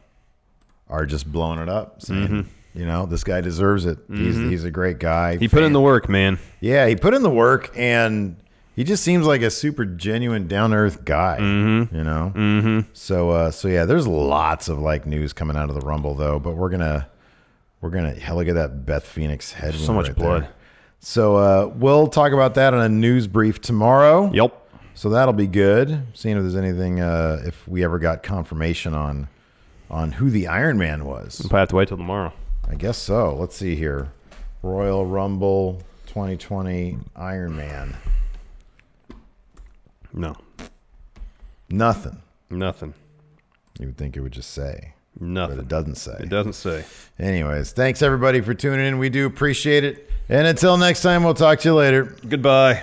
Speaker 3: are just blowing it up, saying,
Speaker 4: Mhm.
Speaker 3: you know, this guy deserves it. He's
Speaker 4: Mhm.
Speaker 3: he's a great guy.
Speaker 4: He put in the work, man.
Speaker 3: Yeah, he put in the work, and he just seems like a super genuine, down to earth guy. You know. Mm-hmm. So uh, so yeah, there's lots of like news coming out of the Rumble though, but we're gonna we're gonna hell look at that Beth Phoenix head.
Speaker 4: So
Speaker 3: wound
Speaker 4: much
Speaker 3: right
Speaker 4: blood.
Speaker 3: there. So uh, we'll talk about that on a news brief tomorrow.
Speaker 4: Yep.
Speaker 3: So that'll be good. Seeing if there's anything uh, if we ever got confirmation on on who the Iron Man was.
Speaker 4: We'll probably have to wait till tomorrow.
Speaker 3: I guess so. Let's see here. Royal Rumble 2020 Iron Man.
Speaker 4: No.
Speaker 3: Nothing.
Speaker 4: Nothing.
Speaker 3: You would think it would just say.
Speaker 4: Nothing.
Speaker 3: But it doesn't say.
Speaker 4: It doesn't say.
Speaker 3: Anyways, thanks everybody for tuning in. We do appreciate it. And until next time, we'll talk to you later.
Speaker 4: Goodbye.